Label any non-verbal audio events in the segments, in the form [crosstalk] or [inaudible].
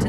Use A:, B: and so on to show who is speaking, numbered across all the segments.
A: to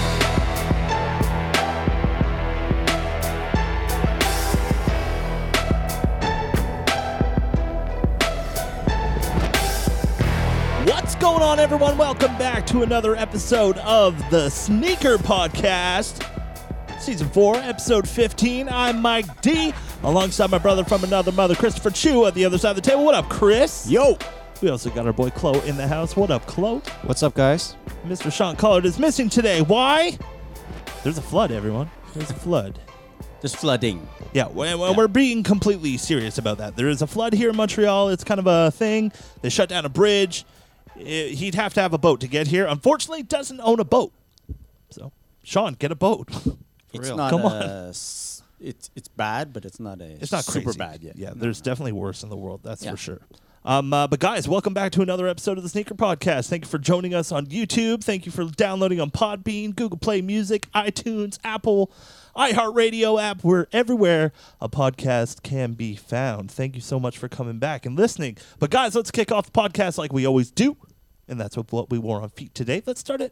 B: What's going on, everyone? Welcome back to another episode of the Sneaker Podcast, Season 4, Episode 15. I'm Mike D, alongside my brother from another mother, Christopher Chu, at the other side of the table. What up, Chris?
C: Yo!
B: We also got our boy Chloe in the house. What up, Chloe?
C: What's up, guys?
B: Mr. Sean Collard is missing today. Why? There's a flood, everyone. There's a flood.
C: Just flooding.
B: Yeah, we're, we're being completely serious about that. There is a flood here in Montreal. It's kind of a thing. They shut down a bridge. Eh, he'd have to have a boat to get here. Unfortunately, doesn't own a boat. So, Sean, get a boat. [laughs]
C: it's
B: real.
C: not
B: Come
C: Come
B: on.
C: It's it's bad, but it's not a
B: It's not
C: super
B: crazy.
C: bad yet.
B: Yeah, there's definitely worse in the world. That's
C: Yeah.
B: for sure. Um, uh, but guys, welcome back to another episode of the Sneaker Podcast. Thank you for joining us on YouTube. Thank you for downloading on Podbean, Google Play Music, iTunes, Apple, iHeartRadio app. We're everywhere a podcast can be found. Thank you so much for coming back and listening. But guys, let's kick off the podcast like we always do, and that's what, what we wore on feet today. Let's start at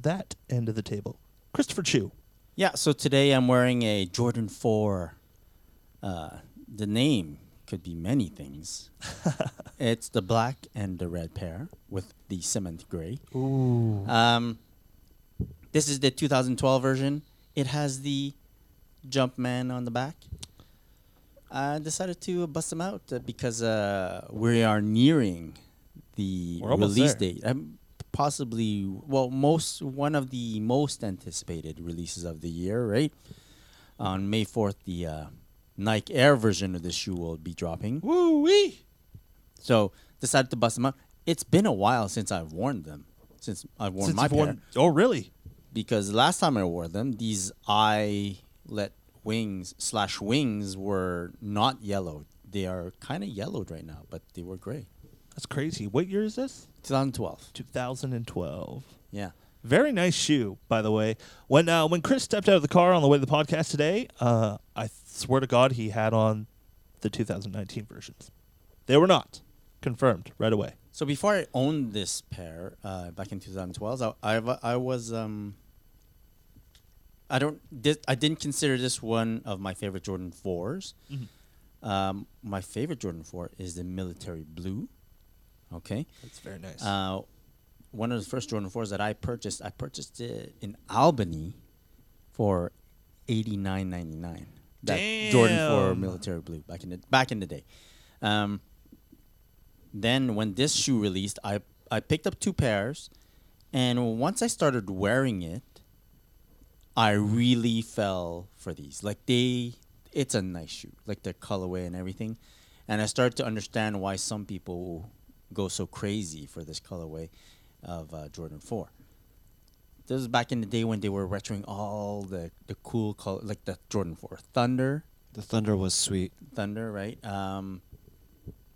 B: that end of the table. Christopher Chu.
C: Yeah, so today I'm wearing a Jordan 4. Uh, the name could be many things. it's the black and the red pair with the cement gray. Ooh. Um, this is the 2012 version. It has the Jumpman on the back. I decided to bust them out uh, because uh, we are nearing the
B: We're almost
C: release
B: there.
C: date. Um, possibly, well, most one of the most anticipated releases of the year, right? On May 4th, the uh, Nike Air version of the shoe will be dropping.
B: Woo wee.
C: So decided to bust them out. It's been a while since I've worn them, since I've worn my pair.
B: Oh, really?
C: Because last time I wore them, these eyelet wings slash wings were not yellowed. They are kind of yellowed right now, but they were gray.
B: That's crazy. What year is this?
C: 2012.
B: 2012.
C: Yeah.
B: Very nice shoe, by the way. When uh, when Chris stepped out of the car on the way to the podcast today, uh, I swear to God, he had on the 2019 versions. They were not confirmed right away.
C: So before I owned this pair uh, back in 2012, I, I, wa- I was um, I don't did, I didn't consider this one of my favorite Jordan 4s
B: Mm-hmm.
C: Um, my favorite Jordan four is the military blue. Okay,
B: That's very nice.
C: uh, one of the first Jordan fours that I purchased, I purchased it in Albany for eighty nine ninety nine. That Jordan four
B: Damn.
C: military blue back in the back in the day. Um, then when this shoe released, I I picked up two pairs, and once I started wearing it, I really fell for these. Like they, it's a nice shoe, like the colorway and everything, and I started to understand why some people go so crazy for this colorway of uh, Jordan Four. This was back in the day when they were retroing all the the cool color, like the Jordan Four Thunder,
D: The Thunder was sweet.
C: Thunder, right? Um,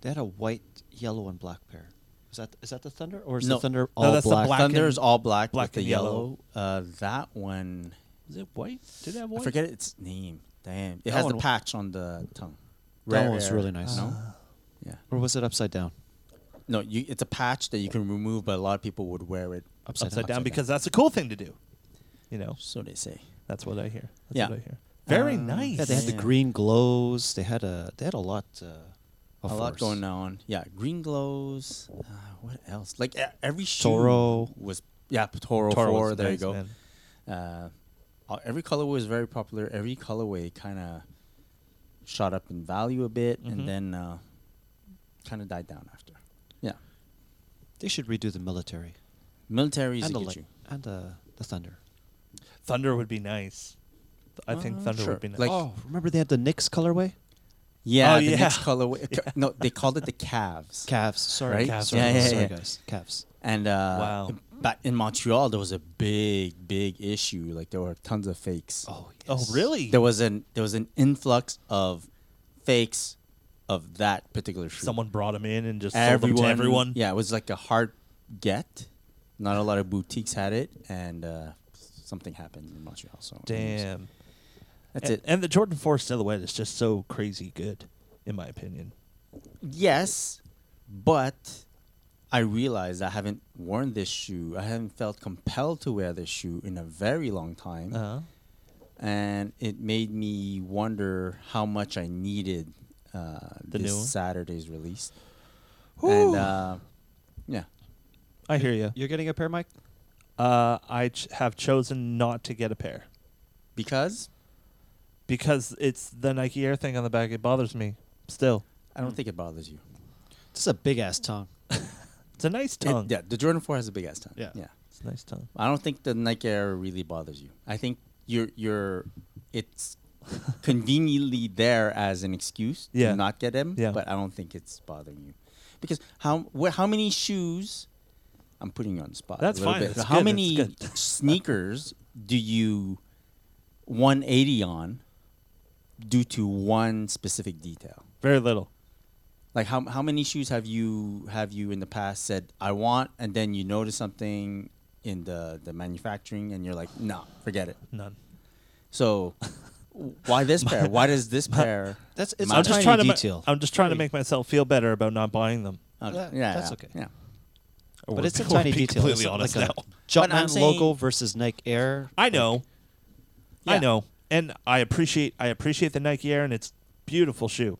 D: They had a white, yellow, and black pair. Is that is that the Thunder or is
C: No.
D: the Thunder
B: No,
D: all
B: that's the
D: black?
B: black-
C: Thunder
B: and-
C: is all black,
B: black
C: with the
B: and
C: yellow. Uh, that one,
B: is it white? Did it have
C: I
B: white?
C: forget its name. Damn, it
D: That
C: has the
D: one-
C: patch on the tongue.
D: That
C: Rare
D: one was
C: Air,
D: really nice.
C: No, yeah,
D: Or was it upside down?
C: no, you, it's a patch that you can remove, but a lot of people would wear it.
D: Upside,
B: upside down
C: down.
B: because that's a cool thing to do. You know,
C: So they say.
B: that's what I hear. That's
C: Yeah.
B: what I hear. Very
C: Um,
B: nice.
D: Yeah, they had the
C: Yeah.
D: green glows. They had a they had a lot. Uh, of
C: a lot
D: force.
C: going on. Yeah, green glows. Uh, what else? Like e- every shoe
D: Toro.
C: was yeah Toro,
B: Toro was
C: four. There
B: nice,
C: you
B: man.
C: go. Uh, all- every colorway was very popular. Every colorway kind of shot up in value a bit,
B: Mhm.
C: and then uh, kind of died down after. Yeah,
D: They should redo the military
C: military is a
D: and the
C: good
D: light,
C: shoe.
D: and the the Thunder.
B: Thunder would be nice. I think
C: Uh,
B: Thunder
C: sure.
B: would be nice.
C: Like-
D: oh, remember they had the Knicks colorway?
C: Yeah,
B: Oh,
C: the next
B: yeah.
C: colorway. No, they called it the calves.
D: Calves. Sorry,
C: Right?
B: Calves.
D: Sorry,
B: Yeah,
C: yeah,
D: sorry
C: yeah.
D: guys. Calves.
C: And uh,
B: Wow.
C: back in Montreal, there was a big, big issue. Like there were tons of fakes.
D: Oh,
B: oh,
D: yes.
B: really?
C: There was an there was an influx of fakes of that particular shoe.
B: Someone brought him in and just sold them to everyone.
C: Yeah, it was like a hard get. Not a lot of boutiques had it, and uh, something happened in Montreal. So anyways,
B: Damn.
C: that's
B: and,
C: it.
B: and the Jordan 4 silhouette is just so crazy good, in my opinion.
C: Yes, but I realized I haven't worn this shoe. I haven't felt compelled to wear this shoe in a very long time,
B: Uh-huh.
C: and it made me wonder how much I needed uh,
B: The
C: this
B: new one?
C: Saturday's release.
B: Whew.
C: And uh, yeah,
B: I hear you.
D: You're getting a pair, Mike?
B: Uh, I ch- have chosen not to get a pair
C: because
B: because it's the Nike Air thing on the back. It bothers me still.
C: I don't think it bothers you.
D: This is a big ass tongue.
B: It's a nice
C: It-
B: tongue.
C: yeah, the Jordan Four has a big ass tongue.
D: Yeah.
C: yeah.
B: It's a nice tongue.
C: I don't think the Nike Air really bothers you. I think you're you're it's [laughs] conveniently there as an excuse
B: Yeah.
C: to not get them.
B: Yeah.
C: But I don't think it's bothering you because how wh- how many shoes? I'm putting you on the spot. a
B: That's
C: little
B: fine.
C: bit.
B: That's
C: how
B: good.
C: many
B: That's good.
C: [laughs] sneakers do you 180 on due to one specific detail?
B: Very little.
C: Like how how many shoes have you have you in the past said I want, and then you notice something in the the manufacturing, and you're like, no, forget it.
B: None.
C: So [laughs] why this pair? Why does
B: [laughs]
C: this pair?
D: That's it's
C: I'm
D: a
C: just
D: tiny
B: trying to ma-
D: detail.
B: I'm just trying to
D: Hey.
B: make myself feel better about not buying them.
C: Okay,
D: that-
C: yeah,
D: that's
C: yeah,
D: okay.
C: Yeah.
D: but
B: [laughs]
D: it's a tiny detail.
B: Completely
D: it's not
B: honest
D: like
B: now.
D: a
C: But I'm
D: Jumpman
C: saying-
D: logo versus Nike Air.
B: I know. I
C: Yeah.
B: know. And I appreciate I appreciate the Nike Air and it's beautiful shoe.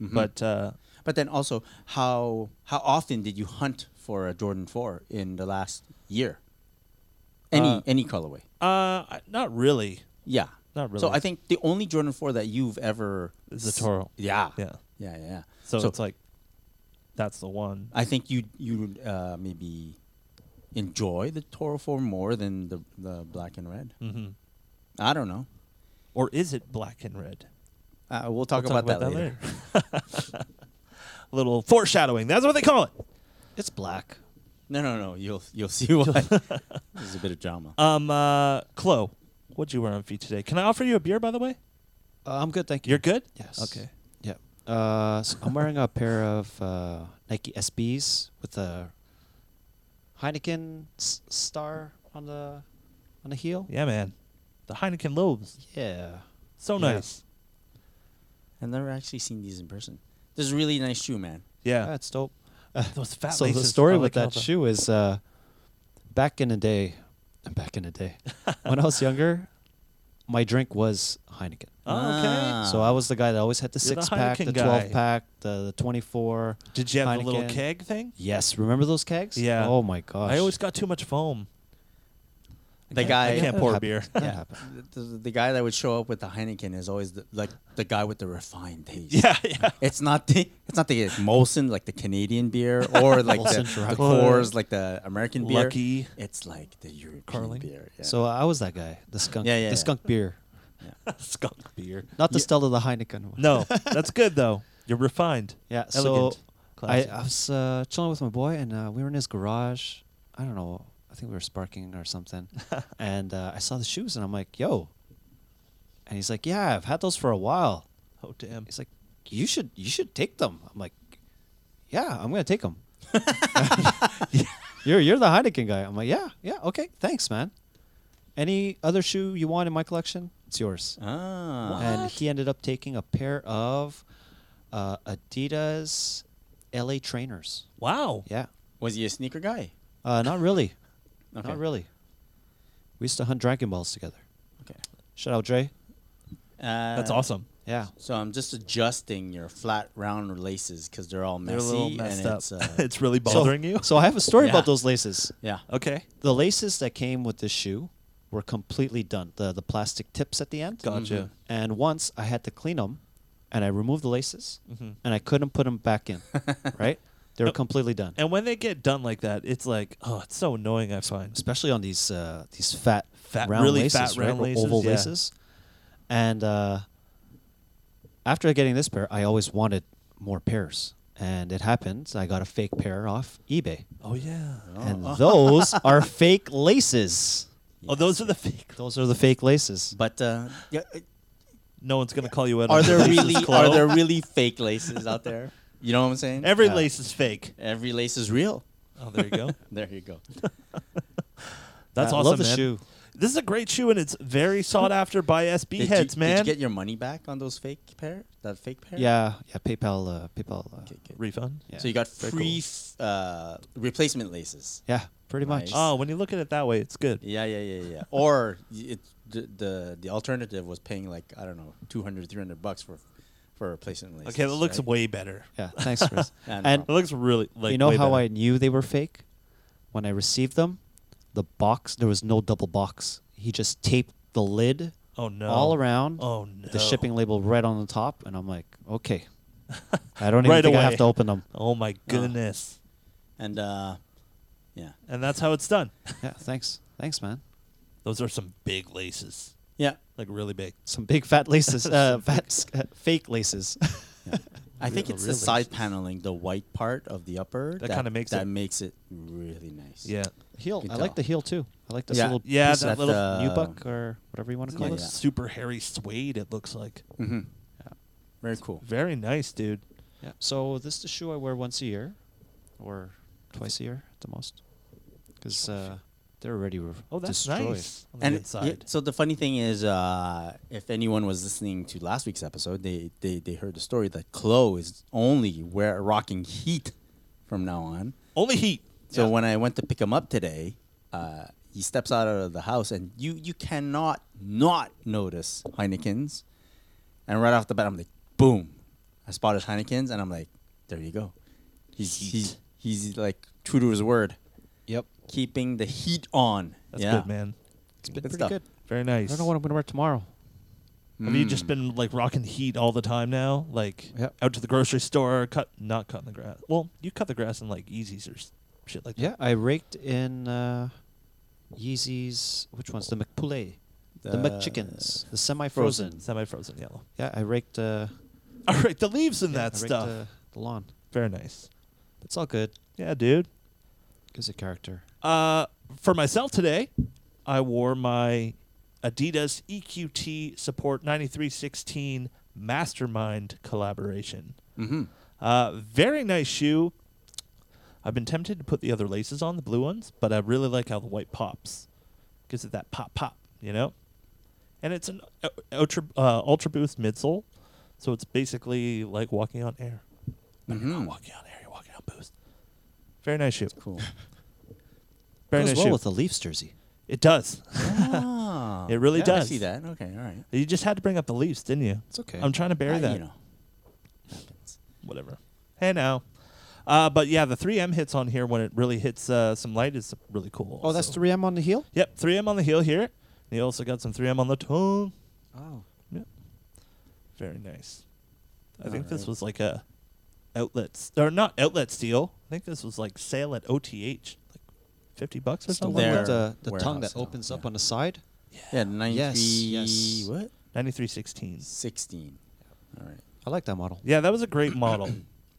D: Mm-hmm.
B: But uh,
C: But then also, how how often did you hunt for a Jordan Four in the last year? Any
B: Uh,
C: any colorway?
B: uh not really.
C: Yeah.
B: Not
C: So
B: really.
C: I think the only Jordan Four that you've ever
B: It's a
C: s-
B: Toro.
C: Yeah.
B: Yeah.
C: Yeah. Yeah. yeah.
B: So, it's like that's the one.
C: I think you you uh, maybe enjoy the Toro form more than the the black and red.
B: hmm
C: I don't know.
B: Or is it black and red?
C: Uh, we'll talk,
B: We'll
C: about, that, later.
B: later. [laughs] a little foreshadowing. That's what they call it.
D: It's black.
C: No, no, no. You'll you'll [laughs] see why. There's a bit of drama.
B: Um uh Chloe, what'd you wear on feet today? Can I offer you a beer by the way?
D: Uh, I'm good, thank you.
B: You're good?
D: Yes.
B: Okay.
D: Yeah. Uh, so I'm wearing a pair of uh, Nike SBs with a Heineken s- star on the on the heel.
B: Yeah, man. The Heineken loaves.
D: Yeah.
B: So
D: Yeah.
B: nice.
C: I've never actually seen these in person. This is a really nice shoe, man.
B: Yeah.
D: That's dope.
B: Those fat
D: so the
B: laces, I
D: story
B: like
D: with
B: how
D: that
B: the-
D: shoe is uh, back in the day, back in
B: [laughs]
D: the day, when I was younger, my drink was Heineken.
B: Oh, okay.
C: Ah.
D: So I was the guy that always had the
B: You're the
D: six pack, the
B: Heineken
D: twelve
B: guy.
D: pack, the, the twenty four.
B: Did you have the little
D: Heineken.
B: keg thing?
D: Yes, remember those kegs?
B: Yeah.
D: Oh my gosh.
B: I always got too much foam.
C: The
B: I
C: guy,
B: can't
D: that
B: pour
D: happens.
B: beer. [laughs]
C: [laughs]
D: That
C: yeah,
D: happens.
C: the, the- the guy that would show up with the Heineken is always the, like the guy with the refined
B: [laughs]
C: taste.
B: Yeah, yeah.
C: It's not the it's not the Molson like the Canadian beer or like the,
D: Molson
C: the
D: Dry.
C: Coors like the American beer.
B: Lucky.
C: It's like the European
B: Carling.
C: beer. Yeah.
D: So uh, I was that guy, the skunk,
C: Yeah, yeah, yeah.
D: the skunk beer,
B: Skunk beer.
D: not the Stella, the Heineken one.
B: [laughs] No, that's good though. You're refined.
D: [laughs] Yeah.
B: Elegant.
D: So I,
B: Classy.
D: I was uh, chilling with my boy, and uh, we were in his garage. I don't know. I think we were sparking or
B: [laughs]
D: something. and uh, I saw the shoes, and I'm like, "Yo!" And he's like, "Yeah, I've had those for a while."
B: oh damn.
D: He's like, "You should, you should take them." I'm like, "Yeah, I'm gonna
C: [laughs]
D: take them." [laughs] you're you're the Heineken guy. I'm like, "Yeah, yeah, okay, thanks, man." Any other shoe you want in my collection? It's yours
C: ah,
D: and he ended up taking a pair of uh, Adidas LA trainers.
B: Wow.
D: Yeah,
C: was he a sneaker guy?
D: uh,
C: [laughs]
D: not really,
C: Okay.
D: not really. We used to hunt Dragon Balls together.
C: Okay.
D: Shout out Dre.
C: Uh,
B: That's awesome.
D: Yeah,
C: So I'm just adjusting your flat round laces because they're all messy
B: They're a little messed
C: and
B: up.
C: it's uh,
B: [laughs] it's really bothering
D: so,
B: you.
D: So I have a
C: [laughs]
D: story
C: Yeah.
D: about those laces.
C: yeah.
B: okay.
D: The laces that came with this shoe were completely done. The the plastic tips at the end.
B: Gotcha. Mhm.
D: And once I had to clean them, and I removed the laces,
B: Mm-hmm.
D: and I couldn't put them
B: [laughs]
D: back in. right, they were completely done.
B: And when they get done like that, it's like, oh, it's so annoying. I find.
D: especially on these uh, these fat,
B: Fat-
D: round
B: really
D: laces,
B: fat round
D: right? Or
B: laces,
D: oval
B: yeah.
D: laces. And uh, after getting this pair, I always wanted more pairs, and it happened. I got a fake pair off eBay,
B: Oh yeah.
D: and
B: [laughs]
D: those are fake laces.
B: Oh, those are the fake.
D: Those are the fake laces.
C: But uh, yeah, uh,
B: No one's gonna call you out.
C: are
B: on [laughs]
C: there
B: your laces,
C: really
B: Chloe.
C: are there really fake laces out
B: [laughs]
C: there? You know what I'm saying?
B: Every
D: Yeah.
B: lace is fake.
C: Every lace is real.
B: Oh, there you go.
C: There you go.
B: [laughs] That's
D: I
B: awesome,
D: love the
B: man.
D: shoe.
B: This is a great shoe, and it's very sought after by SB
C: Did you-
B: heads, man.
C: Did you get your money back on those fake pair? That fake pair?
D: Yeah, yeah. PayPal, uh, PayPal. Uh,
C: Okay, good.
B: refund?
D: yeah.
C: So you got
B: Very
C: free f- uh, replacement laces.
D: yeah, pretty much.
C: Nice.
B: Oh, when you look at it that way, it's good.
C: Yeah, yeah, yeah, yeah. or y- it, the, the the alternative was paying like I don't know 200, 300 bucks for for a replacement laces.
B: Okay, that looks
C: right?
B: way better.
D: Yeah,
B: [laughs]
D: thanks, Chris.
C: Yeah, no
D: and
B: It looks really like
D: you know
B: way
D: how
B: better.
D: I knew they were fake? When I received them, the box there was no double box. He just taped the lid
B: Oh no!
D: all around.
B: Oh no!
D: The shipping label right on the top, and I'm like,
B: [laughs]
D: okay. I don't even
B: Right
D: think I
B: away.
D: have to open them.
B: Oh my goodness!
C: and uh, yeah,
B: And that's how it's done.
D: [laughs] Yeah, thanks, thanks, man.
B: Those are some big laces,
C: yeah.
B: like really
D: [laughs]
B: big.
D: Some big
B: [laughs]
D: fat laces, uh, fat s- uh, fake laces. [laughs]
C: I think
B: Real-
C: it's
B: real
C: the side
B: laces.
C: paneling, the white part of the upper
B: That kinda makes
C: that
B: it-
C: makes it really nice.
B: Yeah,
D: heel.
C: Can
D: I like
C: tell.
D: the heel too. I like this
C: Yeah.
D: little
B: Yeah,
D: piece
B: that
D: of
B: little
C: uh,
D: nubuck or whatever you want to
B: It
D: call
C: Yeah,
B: looks
C: yeah.
D: it.
B: super hairy suede. It looks like
C: Mm-hmm. Very cool.
B: very nice, dude.
D: Yeah. So this is the shoe I wear once a year, or twice a year at the most, because uh, they're already re-
B: Oh, that's
D: destroyed.
B: nice on the
C: and
B: inside.
C: yeah, so the funny thing is, uh, if anyone was listening to last week's episode, they, they they heard the story that Chloe is only wear rocking heat from now on.
B: Only heat.
C: So
B: Yeah.
C: when I went to pick him up today, uh, he steps out of the house, and you you cannot not notice Heinekens. And right off the bat, I'm like, boom, I spotted Heinekens, and I'm like, there you go. He's he's he's like true to his word,
D: Yep.
C: keeping the heat on.
B: that's
C: yeah.
B: good, man.
D: It's been
C: Good
D: pretty
C: stuff.
D: good.
B: Very
D: I
B: nice.
D: don't know what I'm gonna wear tomorrow.
B: Have you
C: Mm.
B: just been like rocking heat all the time now? Like
D: Yep.
B: out to the grocery store, cut not cutting the grass. Well, you cut the grass in like Yeezys or s- shit like
D: Yeah, I raked in uh, Yeezys. Which ones? The McPoulet, the, McChickens, the
B: that.
D: semi-frozen.
B: Semi-frozen yellow.
D: Yeah, I raked. Uh,
B: All right, the leaves in
D: yeah, I
B: that
D: raked,
B: stuff.
D: uh, the lawn.
B: Very nice.
D: It's all good.
B: Yeah, dude.
D: Gives a character.
B: Uh, for myself today, I wore my Adidas EQT Support 9316 Mastermind collaboration.
C: Mm-hmm.
B: Uh, very nice shoe. I've been tempted to put the other laces on, the blue ones, but I really like how the white pops. Gives it that pop pop, you know? And it's an u- ultra, uh, ultra boost midsole, so it's basically like walking on air. But you're
D: Hmm.
B: not
C: Mhm.
B: walking on air, you're walking on boost. Very nice shoe.
C: [laughs] Cool.
B: Very
D: Goes
B: nice
D: well
B: shoe.
D: with the Leafs jersey.
B: It does.
C: Ah,
B: It really
C: yeah, I
B: does.
C: see that. Okay, all right.
B: You just had to bring up the Leafs, didn't you?
D: It's okay.
B: I'm trying to bury
C: Uh,
B: that.
C: You know, happens.
B: Whatever. Hey now. Uh, but yeah, the 3M hits on here when it really hits uh, some light is really cool.
D: oh, that's
B: also.
D: 3M on the heel.
B: Yep, 3M on the heel here. And you also got some 3M on the tongue.
D: Oh.
B: Yep. Very nice. I think
C: Alright.
B: this was like a outlet s- or not outlet steal. I think this was like sale at OTH, like 50 bucks or
D: It's the
B: something.
D: one
C: Their
D: with the, the tongue
C: warehouse
D: that
C: and all,
D: opens up
C: yeah.
D: on the side.
C: Yeah, 93.
D: yes.
C: What?
B: 9316.
C: 16. All right.
D: I like that model.
B: Yeah, that was a great model.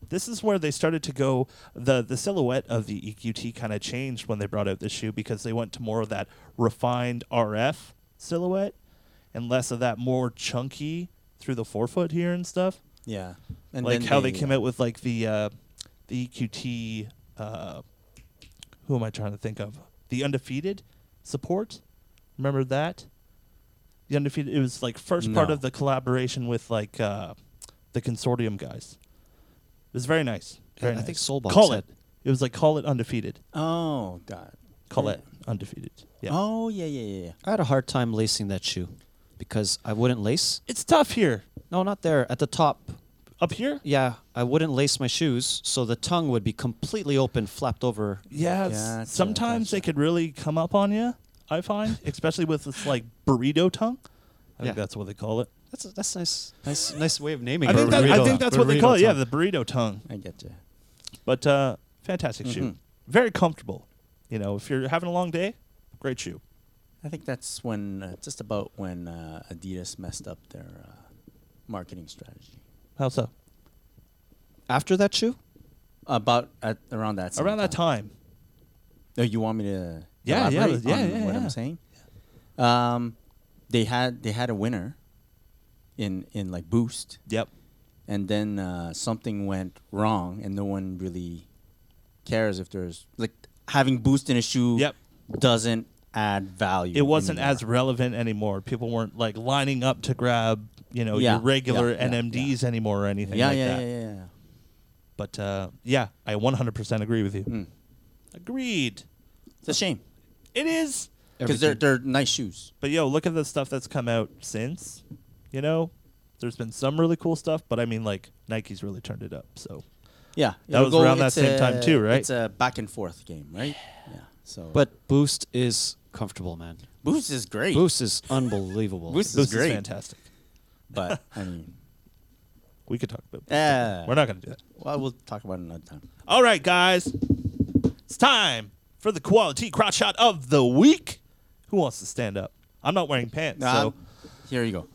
B: this is where they started to go the the silhouette of the E EQT kind of changed when they brought out this shoe because they went to more of that refined RF silhouette and less of that more chunky through the forefoot here and stuff.
C: Yeah. And
B: like
C: then
B: how they, came out with like the uh, the EQT uh, who am I trying to think of? The undefeated support. Remember that? The undefeated it was like first part
C: No.
B: of the collaboration with like uh, the consortium guys. It was very nice. Very
D: I
B: nice.
D: think Soulbox
B: Call
D: had-
B: it. It was like call it undefeated.
C: Oh, God.
B: Call
C: Yeah.
B: it undefeated. Yeah.
C: Oh, yeah, yeah, yeah, yeah.
D: I had a hard time lacing that shoe because I wouldn't lace.
B: It's tough here.
D: No, not there. At the top.
B: Up here?
D: Yeah, I wouldn't lace my shoes, so the tongue would be completely open, flapped over.
B: Yeah, s-
C: Gotcha,
B: sometimes they
C: gotcha.
B: could really come up on you. I find, especially with this like burrito tongue. I
D: Yeah.
B: think that's what they call it.
D: That's that's nice, nice, nice way of naming
B: I
D: it.
B: think, that, I
C: Burrito.
B: think that's what they call
D: Burrito
B: it. Yeah,
D: tongue.
B: the burrito tongue.
C: I get you.
B: But uh, fantastic
C: Mm-hmm.
B: shoe, very comfortable. You know, if you're having a long day, great shoe.
C: I think that's when, uh, just about when uh, Adidas messed up their uh, marketing strategy.
B: How so?
D: After that shoe,
C: About at around that same
B: Around that time.
C: Oh, you want me to
B: Yeah, yeah,
C: elaborate
B: yeah,
C: on
B: yeah,
C: what
B: yeah.
C: I'm saying? Um, they had they had a winner in in like Boost,
B: Yep.
C: and then uh, something went wrong, and no one really cares if there's like having Boost in a shoe.
B: Yep.
C: Doesn't add value.
B: it wasn't
C: anymore.
B: as relevant anymore. People weren't like lining up to grab, you know,
C: Yeah,
B: your regular
C: yeah, yeah,
B: NMDs anymore or anything
C: yeah,
B: like
C: yeah,
B: that.
C: yeah, yeah, yeah.
B: But uh, yeah, I 100% agree with you.
C: Hmm.
B: Agreed.
C: It's a shame
B: It is.
C: because they're they're nice shoes.
B: But yo, look at the stuff that's come out since. You know, there's been some really cool stuff, but I mean, like Nike's really turned it up. So,
C: Yeah,
B: That
C: it'll
B: was around that
C: it's
B: same time
C: a-
B: too, right?
C: It's a back and forth game, right? Yeah. So,
D: But Boost is comfortable, man.
C: Boost is great.
D: Boost is unbelievable.
C: Boost
B: this
C: is
B: is
C: great.
B: fantastic.
C: But
B: [laughs]
C: I mean,
B: We could talk about.
C: Yeah.
B: We're not gonna do that.
C: well, we'll talk about it another time.
B: All right, guys, it's time for the quality crotch shot of the week. Who wants to stand up? I'm not wearing pants, so.
C: Um, here you go.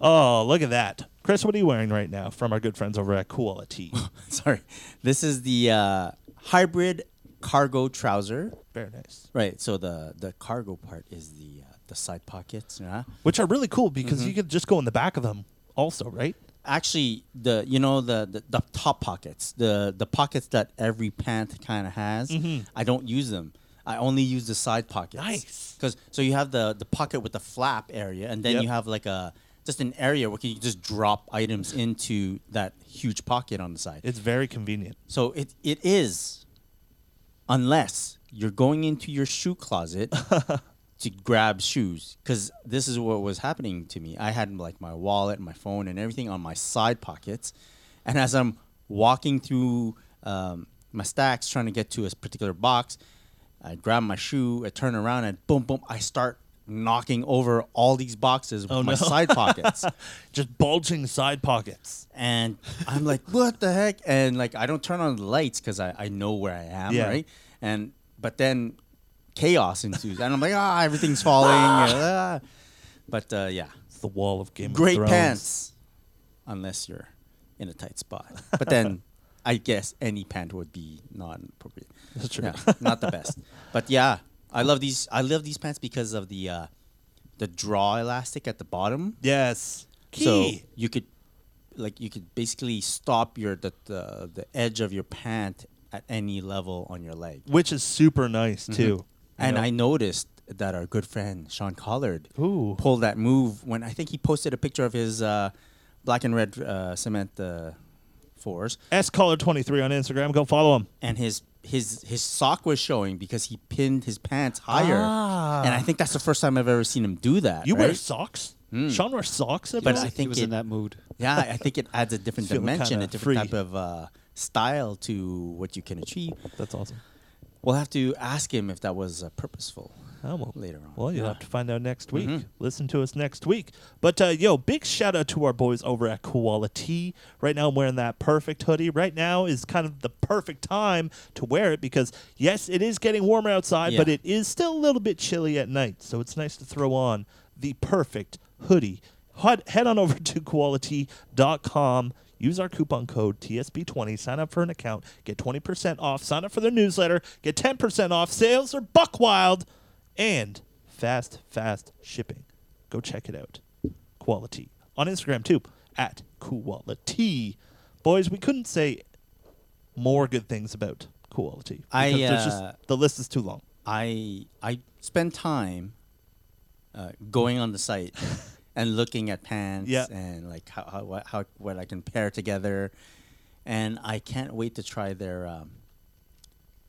B: Oh, look at that, Chris. What are you wearing right now? From our good friends over at
C: [laughs]
B: Quality
C: [laughs] Sorry, this is the uh, hybrid cargo trouser.
B: Very nice.
C: Right. So the the cargo part is the uh, the side pockets. Yeah.
B: Which are really cool because
C: Mm-hmm.
B: you could just go in the back of them, also, right?
C: Actually, the you know the, the, the top pockets, the the pockets that every pant kind of has. I don't use them. I only use the side pockets.
B: Nice.
C: Because so you have the the pocket with the flap area, and then
B: Yep.
C: you have like a just an area where you can just drop items into that huge pocket on the side.
B: It's very convenient.
C: So it it is, unless you're going into your shoe
B: [laughs]
C: closet to grab shoes, because this is what was happening to me. I had like my wallet, my phone, and everything on my side pockets, and as I'm walking through um, my stacks trying to get to a particular box, I grab my shoe, I turn around, and boom, boom, I start knocking over all these boxes with
B: Oh,
C: my
B: no.
C: side
B: [laughs]
C: pockets
B: Just bulging side pockets.
C: and I'm like, what the heck? And like, I don't turn on the lights because I, I know where I am,
B: Yeah.
C: right? And but then chaos ensues, and I'm like, ah,
B: [laughs]
C: everything's falling. ah. But uh, yeah,
B: It's the wall of Game
C: great
B: of Thrones.
C: pants, unless you're in a tight spot. But
B: [laughs]
C: then I guess any pant would be not appropriate.
B: That's true.
C: Yeah, not the best. But yeah, I love these. I love these pants because of the uh, the draw elastic at the bottom.
B: Yes.
C: So you could, like, you could basically stop your the, the the edge of your pant at any level on your leg.
B: which is super nice too. you
C: Mm-hmm. And
B: know?
C: I noticed that our good friend Sean Collard
B: Ooh.
C: pulled that move when I think he posted a picture of his uh, black and red uh, cement uh, fours,
B: S caller twenty three on Instagram. Go follow him.
C: and his his his sock was showing because he pinned his pants higher. And I think that's the first time I've ever seen him do that.
B: Ah. You wear
C: right? Mm.
B: socks? Sean wears socks.
C: But
B: everyone?
C: I
D: he
C: think
D: was
C: it-
D: in that mood.
C: Yeah, I think it adds a different
B: Feeling
C: dimension,
B: kinda
C: a different
B: free.
C: type of uh, style to what you can achieve.
B: that's awesome.
C: We'll have to ask him if that was uh, purposeful.
B: Oh, well,
C: Later on.
B: Well, you'll
C: Yeah. Mm-hmm.
B: have to find out next week. Listen to us next week. But uh, yo, big shout out to our boys over at Quality. Right now, I'm wearing that perfect hoodie. Right now is kind of the perfect time to wear it because yes, it is getting warmer outside, but
C: Yeah.
B: it is still a little bit chilly at night. So it's nice to throw on the perfect hoodie. Head head on over [laughs] to quality.com. Use our coupon code TSB20. Sign up for an account. Get 20% off. Sign up for their newsletter. Get 10% off. Sales are buck wild and fast, fast shipping. Go check it out. Quality. On Instagram too, at quality. Boys, we couldn't say more good things about quality.
C: I,
B: because there's
C: uh,
B: just, the list is too long.
C: I I spend time uh, going on
B: [laughs]
C: the site and looking at pants
B: Yeah.
C: and like how how what, how what I can pair together, and I can't wait to try their. Um,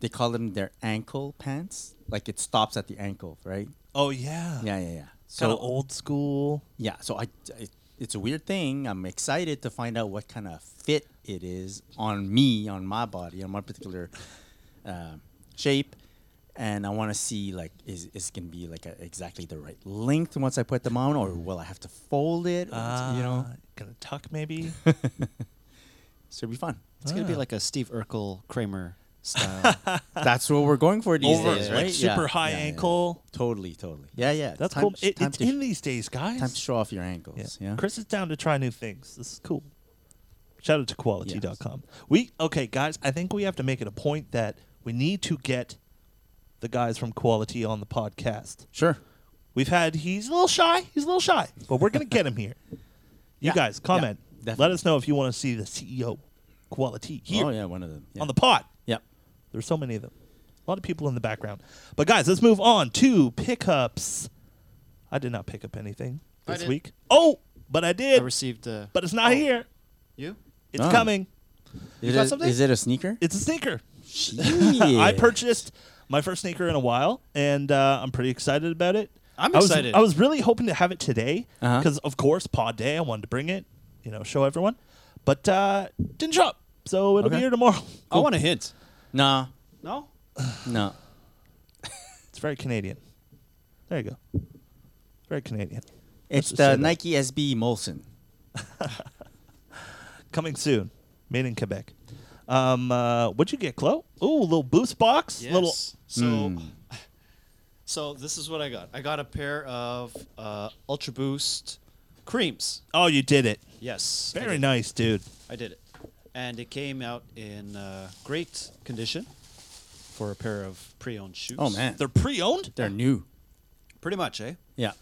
C: they call them their ankle pants. Like it stops at the ankle, right?
B: Oh yeah.
C: Yeah, yeah, yeah.
B: Kind of old school.
C: Yeah, so I, I- it's a weird thing. I'm excited to find out what kind of fit it is on me, on my body, on my particular uh, shape, and I want to see like is is it gonna be like a, exactly the right length once I put them on, or will I have to fold it? Or it's- you know,
B: Uh, gonna tuck maybe.
C: [laughs] so it'll be
B: [laughs]
C: fun.
D: It's gonna be like a Steve Urkel Kramer style.
C: That's what we're going for these
B: Over
C: days,
B: like
C: right?
B: super
C: Yeah,
B: high
C: yeah, yeah.
B: ankle.
C: Totally, totally. Yeah, yeah.
B: That's
C: time-
B: cool. It,
C: time
B: it's
C: to,
B: in these days, guys.
C: time to show off your ankles. Yeah.
B: Chris is down to try new things. This is cool. Shout out to quality.com. We okay, guys, I think we have to make it a point that we need to get the guys from quality on the podcast.
C: Sure.
B: We've had he's a little shy, he's a little shy, but we're gonna get him here. You
C: [laughs] Yeah,
B: guys,
C: yeah,
B: comment. Let
C: definitely.
B: us know if you want to see the CEO E quality here
C: Oh yeah, one of them. Yeah.
B: on the pod.
C: yeah.
B: There's so many of them. A lot of people in the background. But guys, let's move on to pickups. I did not pick up anything
E: I
B: this
E: did.
B: week. Oh, but I
D: I
B: did.
D: received. Uh,
B: but it's not here.
E: You?
B: It's
C: Oh.
B: coming.
C: Is
B: got
C: it-
B: something?
C: is it a sneaker?
B: It's a sneaker. [laughs] I
C: [laughs] Shit.
B: purchased my first sneaker in a while, and uh, I'm pretty excited about it.
D: I'm
B: I was-
D: excited.
B: I was really hoping to have it today
C: Uh-huh.
B: because, of course, Pod Day. I wanted to bring it, you know, show everyone, but uh, didn't show up, so it'll be
C: Okay.
B: here tomorrow.
D: I want a hint.
C: Nah,
D: No.
C: no.
B: It's very Canadian. There you go. Very Canadian.
C: It's
B: just say
C: the
B: that.
C: Nike SB Molson.
B: Coming soon, made in Quebec. Um, uh, what'd you get, Chloe? Ooh, little boost box. Little.
D: Yes. So,
B: Hmm.
D: [sighs] so this is what I got. I got a pair of uh, Ultra Boost creams.
B: Oh, you did it.
D: Yes. I
B: Very
D: did.
B: nice, dude.
D: I did it, and it came out in uh, great condition for a pair of pre-owned shoes.
C: Oh man,
B: They're pre-owned.
C: they're new.
D: Pretty much, eh?
C: Yeah.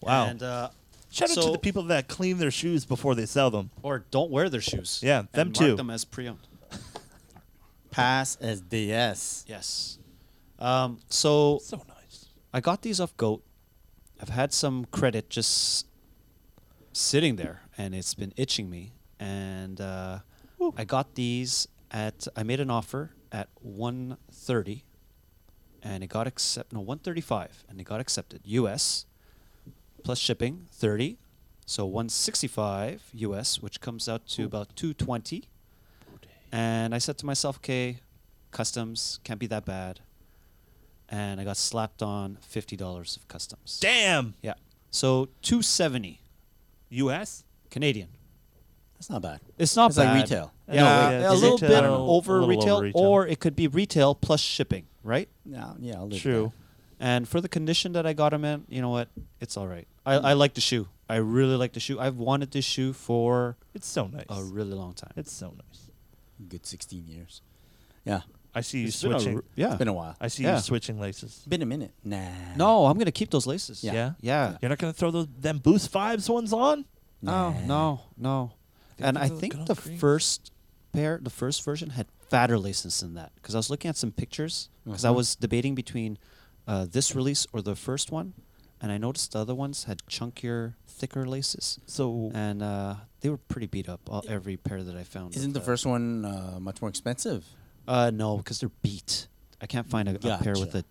B: Wow.
D: And uh,
B: Shout out to
D: so-
B: the people that clean their shoes before they sell them.
D: or don't wear their shoes.
B: Yeah,
D: and
B: them
D: mark
B: too.
D: Them as pre-owned.
C: Pass as DS.
D: Yes. Um, so
B: So nice.
D: I got these off Goat. I've had some credit just sitting there, and it's been itching me. And uh, I got these at I made an offer at 130, and it got accept no 135, and it got accepted U.S. plus shipping 30, so 165 U.S., which comes out to about 220. And I said to myself, okay, customs can't be that bad. And I got slapped on fifty dollars of customs.
B: Damn.
D: Yeah. So two seventy
B: U.S.
D: Canadian.
C: That's not bad.
D: It's not
C: It's like
D: bad.
C: retail.
D: Yeah,
B: No,
D: a
B: yeah, it's
D: little
B: retail. I
D: bit
B: don't know, a
D: over
B: little
D: retail,
B: over retail.
D: or it could be retail plus shipping, right?
C: Yeah, yeah. I'll live with
B: True.
D: And for the condition that I got them in, you know what? It's all right. I, I like the shoe. I really like the shoe. I've wanted this shoe for
B: It's so nice.
D: a really long time.
B: it's so nice.
C: that. Good 16 years. Yeah.
B: I see you
D: It's been a
B: switching.
D: r- yeah.
C: It's been a while.
B: I see
D: Yeah.
B: you switching laces.
C: Been a minute. Nah.
D: no, I'm gonna keep those laces.
C: Yeah.
B: Yeah.
D: Yeah.
B: You're not gonna throw those them Boost Fives ones on.
D: No,
C: Oh,
D: no, no.
B: They
D: and
B: do
D: I
B: the good
D: think
B: old
D: the
B: creams.
D: first pair, the first version had fatter laces than that because I was looking at some pictures because
C: Uh-huh.
D: I was debating between uh, this release or the first one, and I noticed the other ones had chunkier, thicker laces,
B: So
D: and uh, they were pretty beat up. All, every pair that I found.
C: Isn't
D: of
C: the
D: that.
C: first one uh, much more expensive?
D: Uh, no, because they're beat. I can't find a, a pair with
C: Gotcha.
D: a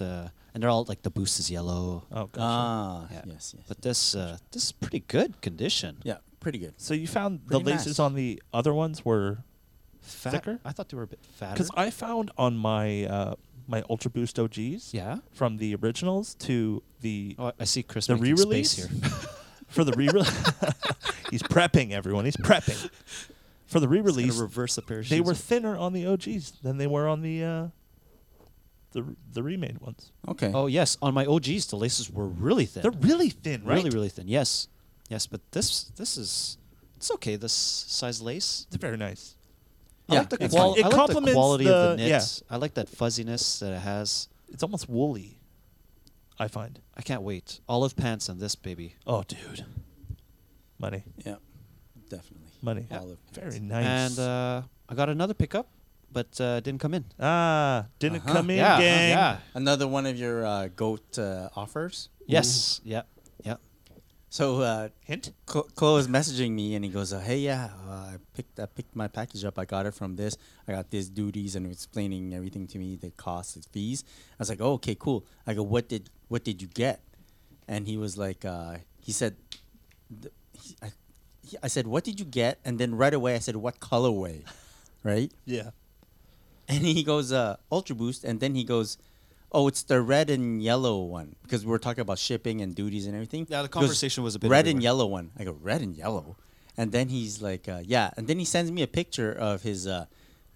C: Alright.
D: uh, and they're all like the boost is yellow.
B: oh gosh.
C: Ah,
D: Yeah.
C: yes, yes.
D: But this uh, this is pretty good condition.
C: yeah, pretty good.
B: so you found the
C: Pretty
B: laces
C: nice.
B: on the other ones were
D: Fat-
B: Thicker?
D: I thought they were a bit fatter.
B: because I found on my uh, my Ultra Boost OGs.
D: yeah.
B: From the originals to the
D: Oh, I- I see Chris
B: the
D: making
B: re-release
D: space here.
B: [laughs] for the re-release. [laughs] He's prepping everyone. He's prepping for the
D: He's
B: re-release.
D: gonna reverse a pair of
B: they
D: shoes.
B: were thinner on the OGs than they were on the uh, the the remade ones.
C: Okay.
D: oh yes, on my OGs the laces were really thin.
B: They're really thin, right?
D: really really thin. Yes, yes, but this this is it's okay. This size lace.
B: They're very nice.
D: I
C: Yeah,
D: like the,
C: it's
D: quali-
B: fine. It
D: I like the
B: complements
D: quality of
B: the-
D: the
B: yeah.
D: knits. I like that fuzziness that it has.
B: It's almost woolly. I find.
D: I can't wait. Olive pants on this baby.
B: Oh, dude, money,
C: Yeah, definitely.
B: money.
D: Yeah.
C: Olive
B: Very
C: pants.
B: nice.
D: And uh, I got another pickup, but uh, didn't come in.
B: ah, didn't
C: Uh-huh.
B: come in,
D: yeah, uh,
B: gang.
D: yeah.
C: Another one of your uh, goat uh, offers.
D: Yes. Yeah. Yeah.
C: So uh,
B: Hint.
C: Cl- Chloe is messaging me and he goes, uh, "Hey, yeah, uh, I picked I picked my package up. I got it from this. I got this duties and explaining everything to me, the costs, the fees." I was like, oh, "Okay, cool." I go, "What did what did you get?" And he was like, uh, "He said, th- he, I, he, I said, what did you get?" And then right away, I said, "What colorway?" [laughs] right?
B: Yeah.
C: And he goes, uh, "Ultra Boost," and then he goes. Oh, it's the red and yellow one because we're talking about shipping and duties and everything.
D: Yeah, the
C: He goes,
D: conversation was a bit
C: red
D: everywhere.
C: and yellow one. I go red and yellow, and then he's like, uh, yeah, and then he sends me a picture of his uh,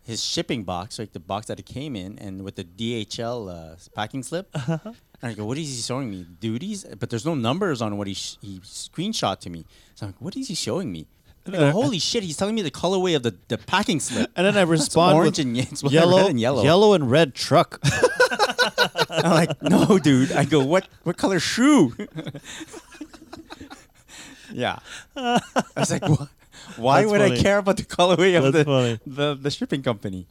C: his shipping box, like the box that it came in, and with the DHL uh, packing
D: [laughs]
C: slip. and I go, what is he showing me? Duties, but there's no numbers on what he sh- he screenshot to me. So I'm like, what is he showing me? I go, Holy shit! He's telling me the colorway of the, the packing slip.
D: Uh, [laughs] And then I respond
C: orange
D: with
C: and ye- it's red
D: yellow,
C: and yellow.
D: yellow and red [laughs] truck.
C: I'm like, no, dude. I go, what what color shoe? [laughs] yeah. I was like, what? Why
B: That's
C: would
B: funny.
C: I care about the colorway of
B: That's
C: the,
B: funny.
C: the the shipping company?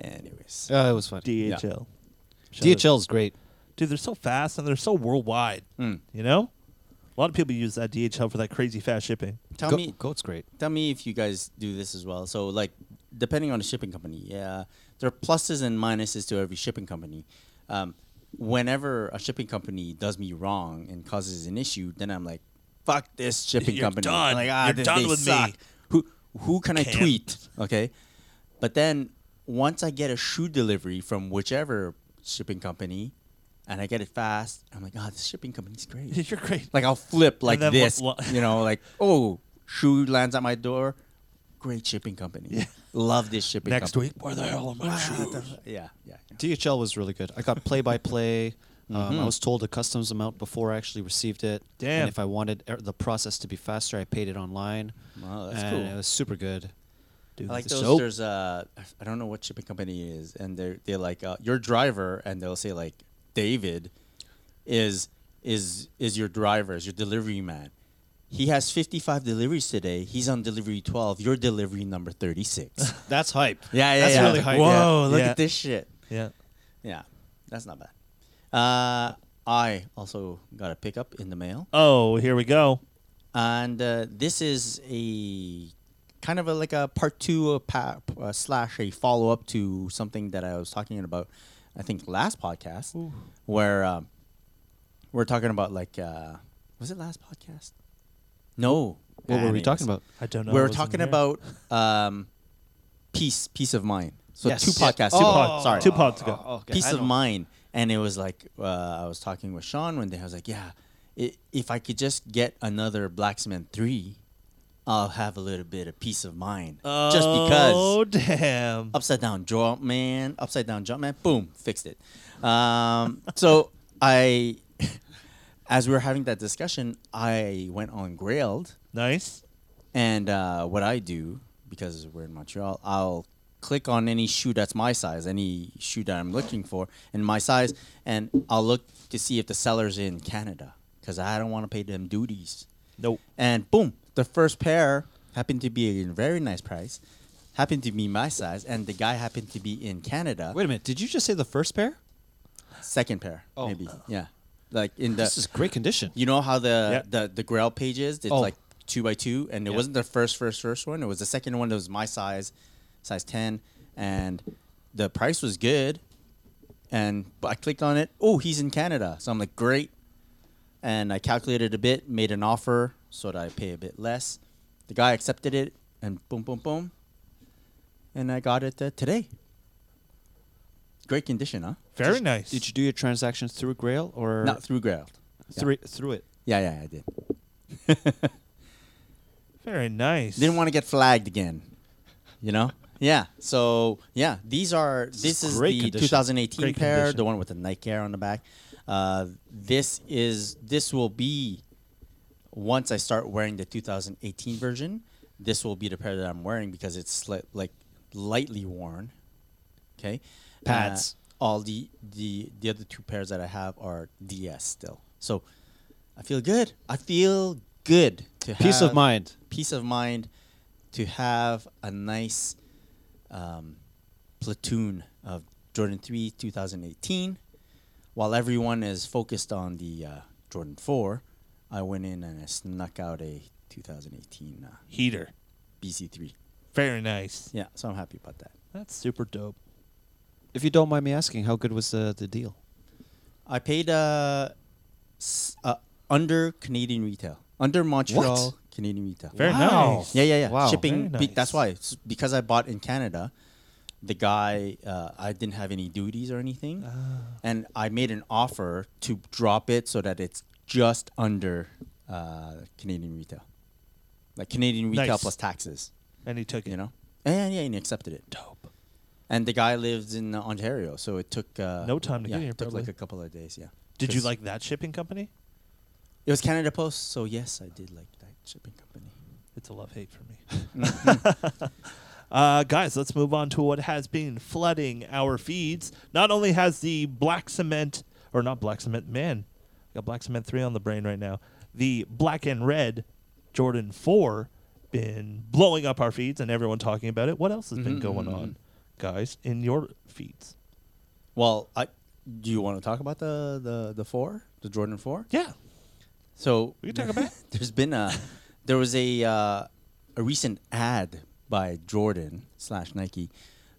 C: Anyways,
D: Uh, it was fun.
B: DHL. Shout out-
D: DHL is great.
B: dude, they're so fast and they're so worldwide.
C: Mm.
B: You know, a lot of people use that DHL for that crazy fast shipping. [laughs]
C: tell
D: Go-
C: me,
D: Goat's great.
C: tell me if you guys do this as well. So like, depending on the shipping company, yeah, there are pluses and minuses to every shipping company. Um, whenever a shipping company does me wrong and causes an issue, then I'm like, fuck this shipping
B: You're
C: company.
B: done.
C: Like, ah,
B: You're
C: they-
B: done
C: they
B: with me.
C: suck. Who who can I
B: Can't.
C: tweet? Okay, but then once I get a shoe delivery from whichever shipping company, and I get it fast, I'm like, ah, this shipping company's
B: [laughs]
C: great.
B: You're great.
C: Like I'll flip like
B: then
C: this,
B: lo- lo-
C: you know, like oh, shoe lands at my door. Great shipping company. Love this shipping
B: Next
C: company.
B: week, where the hell am I?
C: Yeah, yeah. yeah.
D: DHL was really good. I got play by play. Um, I was told a customs amount before I actually received it.
B: Damn.
D: And if I wanted er, the process to be faster, I paid it online.
C: Wow, that's
D: and
C: cool.
D: It was super good.
B: Dude,
C: I like
B: this
C: those.
B: is
D: soap.
C: There's uh, I don't know what shipping company it is, and they're they're like uh, your driver, and they'll say like David is is is your driver, is your delivery man. He has 55 deliveries today. He's on delivery 12. Your delivery number 36.
D: That's hype.
C: yeah, yeah,
D: That's
C: yeah.
D: really
C: Like,
D: hype.
B: Whoa,
C: Look
B: Yeah.
C: at this shit.
B: Yeah.
C: Yeah, that's not bad. Uh, I also got a pickup in the mail,
B: Oh, here we go.
C: and uh, this is a kind of a, like a part two a pa- uh, slash a follow up to something that I was talking about, I think last podcast, where um, we're talking about like uh, was it last podcast? No.
D: What were we
C: Anyways.
D: talking about?
B: I don't know.
C: we
B: I
C: were
B: wasn't
C: talking
B: here.
C: about um, peace, peace of mind. So
D: Yes.
C: two podcasts,
D: Oh,
C: two pod, sorry,
B: Two pods ago.
C: peace of mind. And it was like uh, I was talking with Sean one day. I was like, yeah, i- if I could just get another Blacksman three, I'll have a little bit of peace of mind. just because
B: Oh damn.
C: upside down jump man, upside down jump man, boom, fixed it. Um, [laughs] so I, [laughs] as we were having that discussion, I went on Grailed.
B: Nice.
C: And uh, what I do, because we're in Montreal, I'll click on any shoe that's my size, any shoe that I'm looking for, and my size, and I'll look to see if the seller's in Canada, because I don't want to pay them duties.
B: Nope.
C: And boom, the first pair happened to be a very nice price, happened to be my size, and the guy happened to be in Canada.
D: Wait a minute. Did you just say the first pair?
C: Second pair,
D: Oh.
C: maybe. Yeah. Like in the.
D: This is great condition.
C: You know how the
B: Yeah.
C: the the Grail page is? It's
D: Oh.
C: like two by two, and it
D: Yeah.
C: wasn't the first first first one. It was the second one that was my size, size ten, and the price was good. And but I clicked on it. Oh, he's in Canada, so I'm like great. And I calculated a bit, made an offer so that I pay a bit less. The guy accepted it, and boom, boom, boom. And I got it uh, today. Great condition, huh?
B: Very
D: Did-
B: nice.
D: Did you do your transactions through Grail or
C: Not through Grail. Yeah.
D: through it- through it?
C: Yeah, yeah, I did.
B: Very nice.
C: didn't want to get flagged again. You know? yeah. So yeah, these are this
D: is
C: is
D: great
C: the
D: condition.
C: 2018
B: Great
C: pair,
B: condition.
C: the one with the Nike Air on the back. Uh, this is this will be once I start wearing the 2018 version. This will be the pair that I'm wearing because it's sli- like lightly worn. Okay, Uh,
D: Pads.
C: all the the the other two pairs that I have are DS still. So I feel good. I feel good to
D: Peace of
C: have-
D: mind.
C: peace of mind to have a nice um, platoon of Jordan 3 2018 while everyone is focused on the uh, Jordan 4 I went in and I snuck out a 2018 uh,
B: heater.
C: BC3
B: Very nice.
C: yeah so I'm happy about that
B: That's super dope.
D: If you don't mind me asking, how good was the, the deal?
C: I paid uh, s- uh, under Canadian retail under Montreal Canadian retail
B: Very
D: Wow.
B: nice.
C: Yeah, yeah, yeah.
D: Wow.
C: Shipping.
B: Very
C: be- that's
B: nice.
C: why. s- Because I bought in Canada, the guy, uh, I didn't have any duties or anything,
B: Ah.
C: and I made an offer to drop it so that it's just under uh, Canadian retail, like Canadian retail
B: Nice.
C: plus taxes.
B: And he took it.
C: You know, and yeah, and he accepted it.
B: Dope.
C: And the guy lives in uh, Ontario, so it took uh,
B: No time to
C: yeah,
B: get here,
C: Took like
B: probably.
C: a couple of days. Yeah.
B: Did you
C: 'Cause
B: like that shipping company?
C: It was Canada Post, so yes, I did like that shipping company.
B: It's a love hate for me.
C: Mm-hmm.
B: [laughs] uh, guys, let's move on to what has been flooding our feeds. Not only has the black cement, or not black cement, man, I got black cement 3 on the brain right now. The black and red
C: Mm-hmm.
B: Jordan 4 been blowing up our feeds and everyone talking about it. What else has been going on? guys in your feeds.
C: Well, I do you want to talk about the the the four, the Jordan four?
B: Yeah.
C: So
B: We can talk about
C: [laughs] There's been a there was a uh, a recent ad by Jordan slash Nike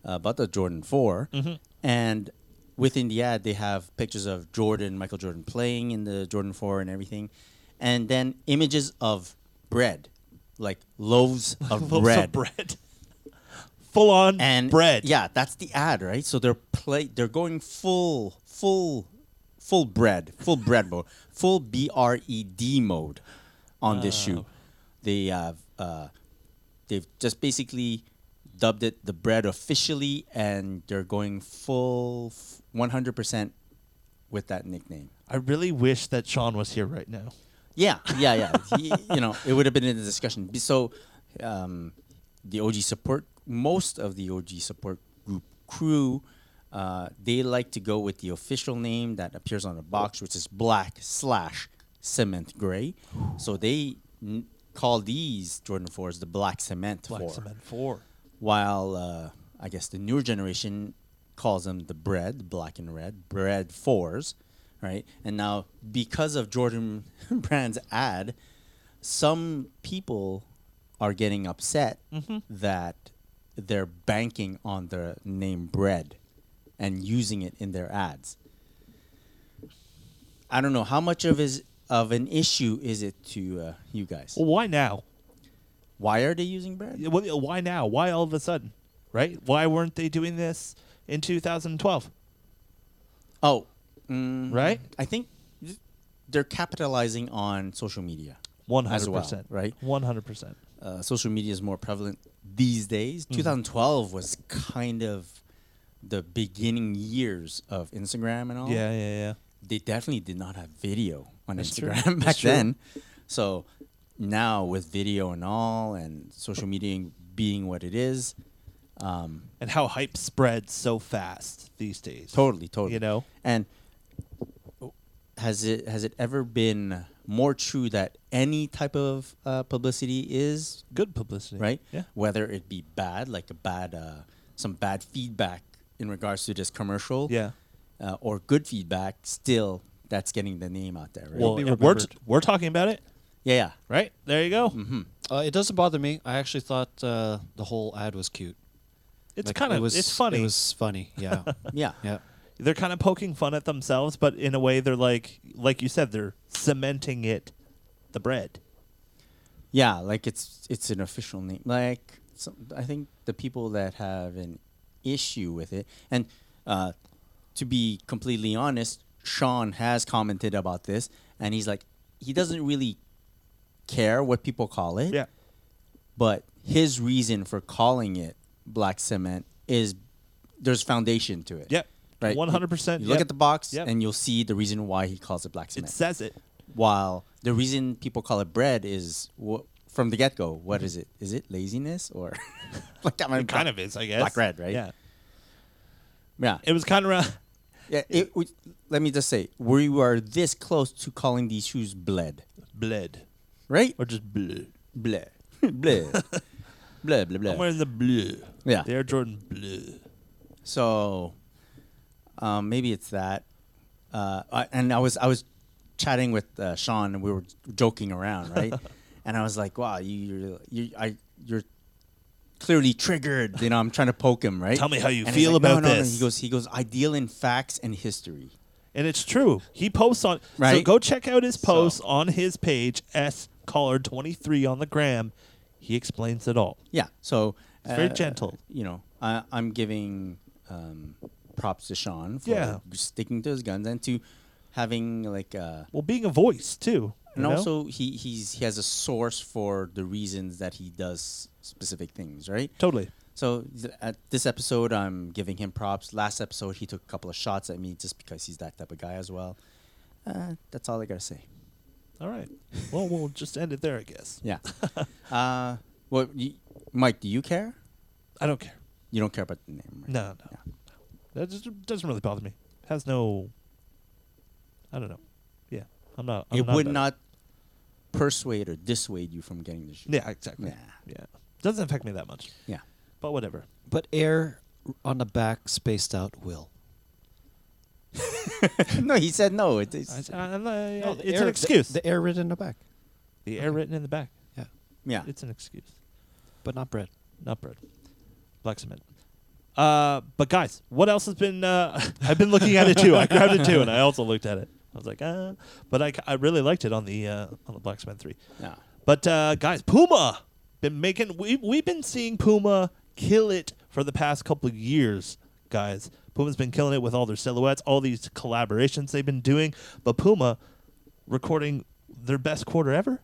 C: uh, about the Jordan 4
B: Mm-hmm.
C: and within the ad they have pictures of Jordan, Michael Jordan playing in the Jordan four and everything, and then images of bread, like loaves
B: [laughs]
C: of
B: Loaves
C: bread.
B: of bread. Full on
C: and
B: bread.
C: Yeah, that's the ad, right? So they're play they're going full full full bread, full bread mode, full B R E D mode on this shoe. They have uh, they've just basically dubbed it the bread officially, and they're going full one hundred percent with that nickname.
B: I really wish that Sean was here right now.
C: Yeah, yeah, yeah. He, you know, it would have been in the discussion. Be- So, um, the OG support, most of the OG support group crew, uh, they like to go with the official name that appears on the box, which is black slash cement gray. So they n- call these Jordan fours the black cement
B: Black
C: four,
B: cement four.
C: while uh, I guess the newer generation calls them the bread, black and red, bread fours, right? And now because of Jordan [laughs] Brand's ad, some people are getting upset that they're banking on the name bread and using it in their ads. I don't know how much of is of an issue is it to uh, you guys.
B: Well, why now?
C: Why are they using bread?
B: Yeah, well, Why now? Why all of a sudden? Right? Why weren't they doing this in 2012?
C: Oh, mm,
D: Mm-hmm.
B: Right?
C: I think th- they're capitalizing on social media.
B: 100%.
C: As well, right?
B: 100%.
C: Uh, social media is more prevalent these days.
B: Mm-hmm.
C: 2012 was kind of the beginning years of Instagram and all.
B: Yeah, yeah, yeah.
C: They definitely did not have video on
B: That's true.
C: Instagram [laughs] back
B: That's true.
C: then. So now with video and all and social media being what it is, um,
B: And how hype spreads so fast these days.
C: Totally, totally.
B: You know?
C: And has it has it ever been more true that any type of uh, publicity is
B: Good publicity.
C: right?
B: Yeah.
C: Whether it be bad, like a bad, uh, some bad feedback in regards to this commercial,
B: Yeah.
C: uh, or good feedback, still that's getting the name out there, right?
B: Well,
D: be
B: and we're,
D: remembered.
B: we're talking about it,
C: yeah, yeah.
B: right? There you go.
D: Uh, it doesn't bother me. I actually thought uh, the whole ad was cute.
B: It's
D: Like,
B: kind
D: it
B: of
D: was,
B: it's funny.
D: It was funny.
B: [laughs]
D: Yeah.
C: yeah,
D: yeah.
B: they're kind of poking fun at themselves, but in a way they're like like you said they're cementing it the bread.
C: Yeah, like it's it's an official name. Like some, I think the people that have an issue with it, and uh, to be completely honest, Sean has commented about this, and he's like, he doesn't really care what people call it. But his reason for calling it black cement is there's foundation to it.
B: Yep.
C: Right.
B: 100%,
C: You look
B: yep.
C: at the box,
B: Yep.
C: and you'll see the reason why he calls it black
B: It
C: cement
B: says it.
C: while the reason people call it bread is wha- from the get go. What is it? Is it laziness or [laughs] like that?
B: It kind of is, I guess.
C: black red, right?
B: Yeah.
C: Yeah,
B: It was kind of ra- [laughs]
C: yeah. It, we, let me just say, we were this close to calling these shoes bled,
B: bled
C: right?
B: or just blue.
C: Bled, [laughs] bled, bled, bled,
B: I'm wearing the blue.
C: Yeah.
B: They're Jordan blue.
C: So um, maybe it's that. Uh, I, and I was I was chatting with uh, Sean and we were joking
B: [laughs]
C: around, right? and I was like, "Wow, you you're, you I you're clearly triggered." You know, I'm trying to poke him, right?
B: Tell me how you
C: And he's
B: feel
C: like, "No,
B: about
C: no, no."
B: this.
C: He goes, he goes, "I deal in facts and history."
B: And it's true. He posts on so
C: Right.
B: go check out his posts on his page S Collard 23 on the gram. He explains it all.
C: Yeah. So uh,
B: It's very gentle.
C: You know, I, I'm giving um, props to Sean for
B: Yeah.
C: sticking to his guns and to having like. Uh,
B: Well, being a voice too. you
C: and
B: know?
C: also he he's he has a source for the reasons that he does specific things right
B: totally.
C: so th- at this episode i'm giving him props last episode he took a couple of shots at me just because he's that type of guy as well uh, that's all i gotta say
B: All right. Well, we'll just end it there, I guess. [laughs]
C: yeah uh, well y mike do you care
B: I don't care.
C: you don't care about the name right?
B: No, no.
C: Yeah.
B: That just doesn't really bother me. Has no. I don't know. Yeah, I'm not. I'm
C: it would
B: about
C: not persuade or dissuade you from getting the shoe
B: Yeah, exactly.
C: Nah.
B: Yeah, doesn't affect me that much.
C: yeah [laughs]
B: But whatever.
D: But air on the back, spaced out will.
C: no, he said no. It
D: I
C: is.
D: said-
B: it's
D: Oh, the air-
B: an excuse.
D: The, the air written in the back.
B: The air written in the back.
D: Yeah,
C: Yeah.
B: It's an excuse.
D: but not bread.
B: Not bread. Black cement. Uh, but guys, what else has been? Uh, [laughs] I've been looking at it too. I grabbed it too, and I also looked at it. I was like, uh, but I, I really liked it on the uh, on the Black Cement three.
C: Yeah.
B: But uh, guys, Puma been making. We we've been seeing Puma kill it for the past couple of years, guys. Puma's been killing it with all their silhouettes, all these collaborations they've been doing. But Puma recording their best quarter ever.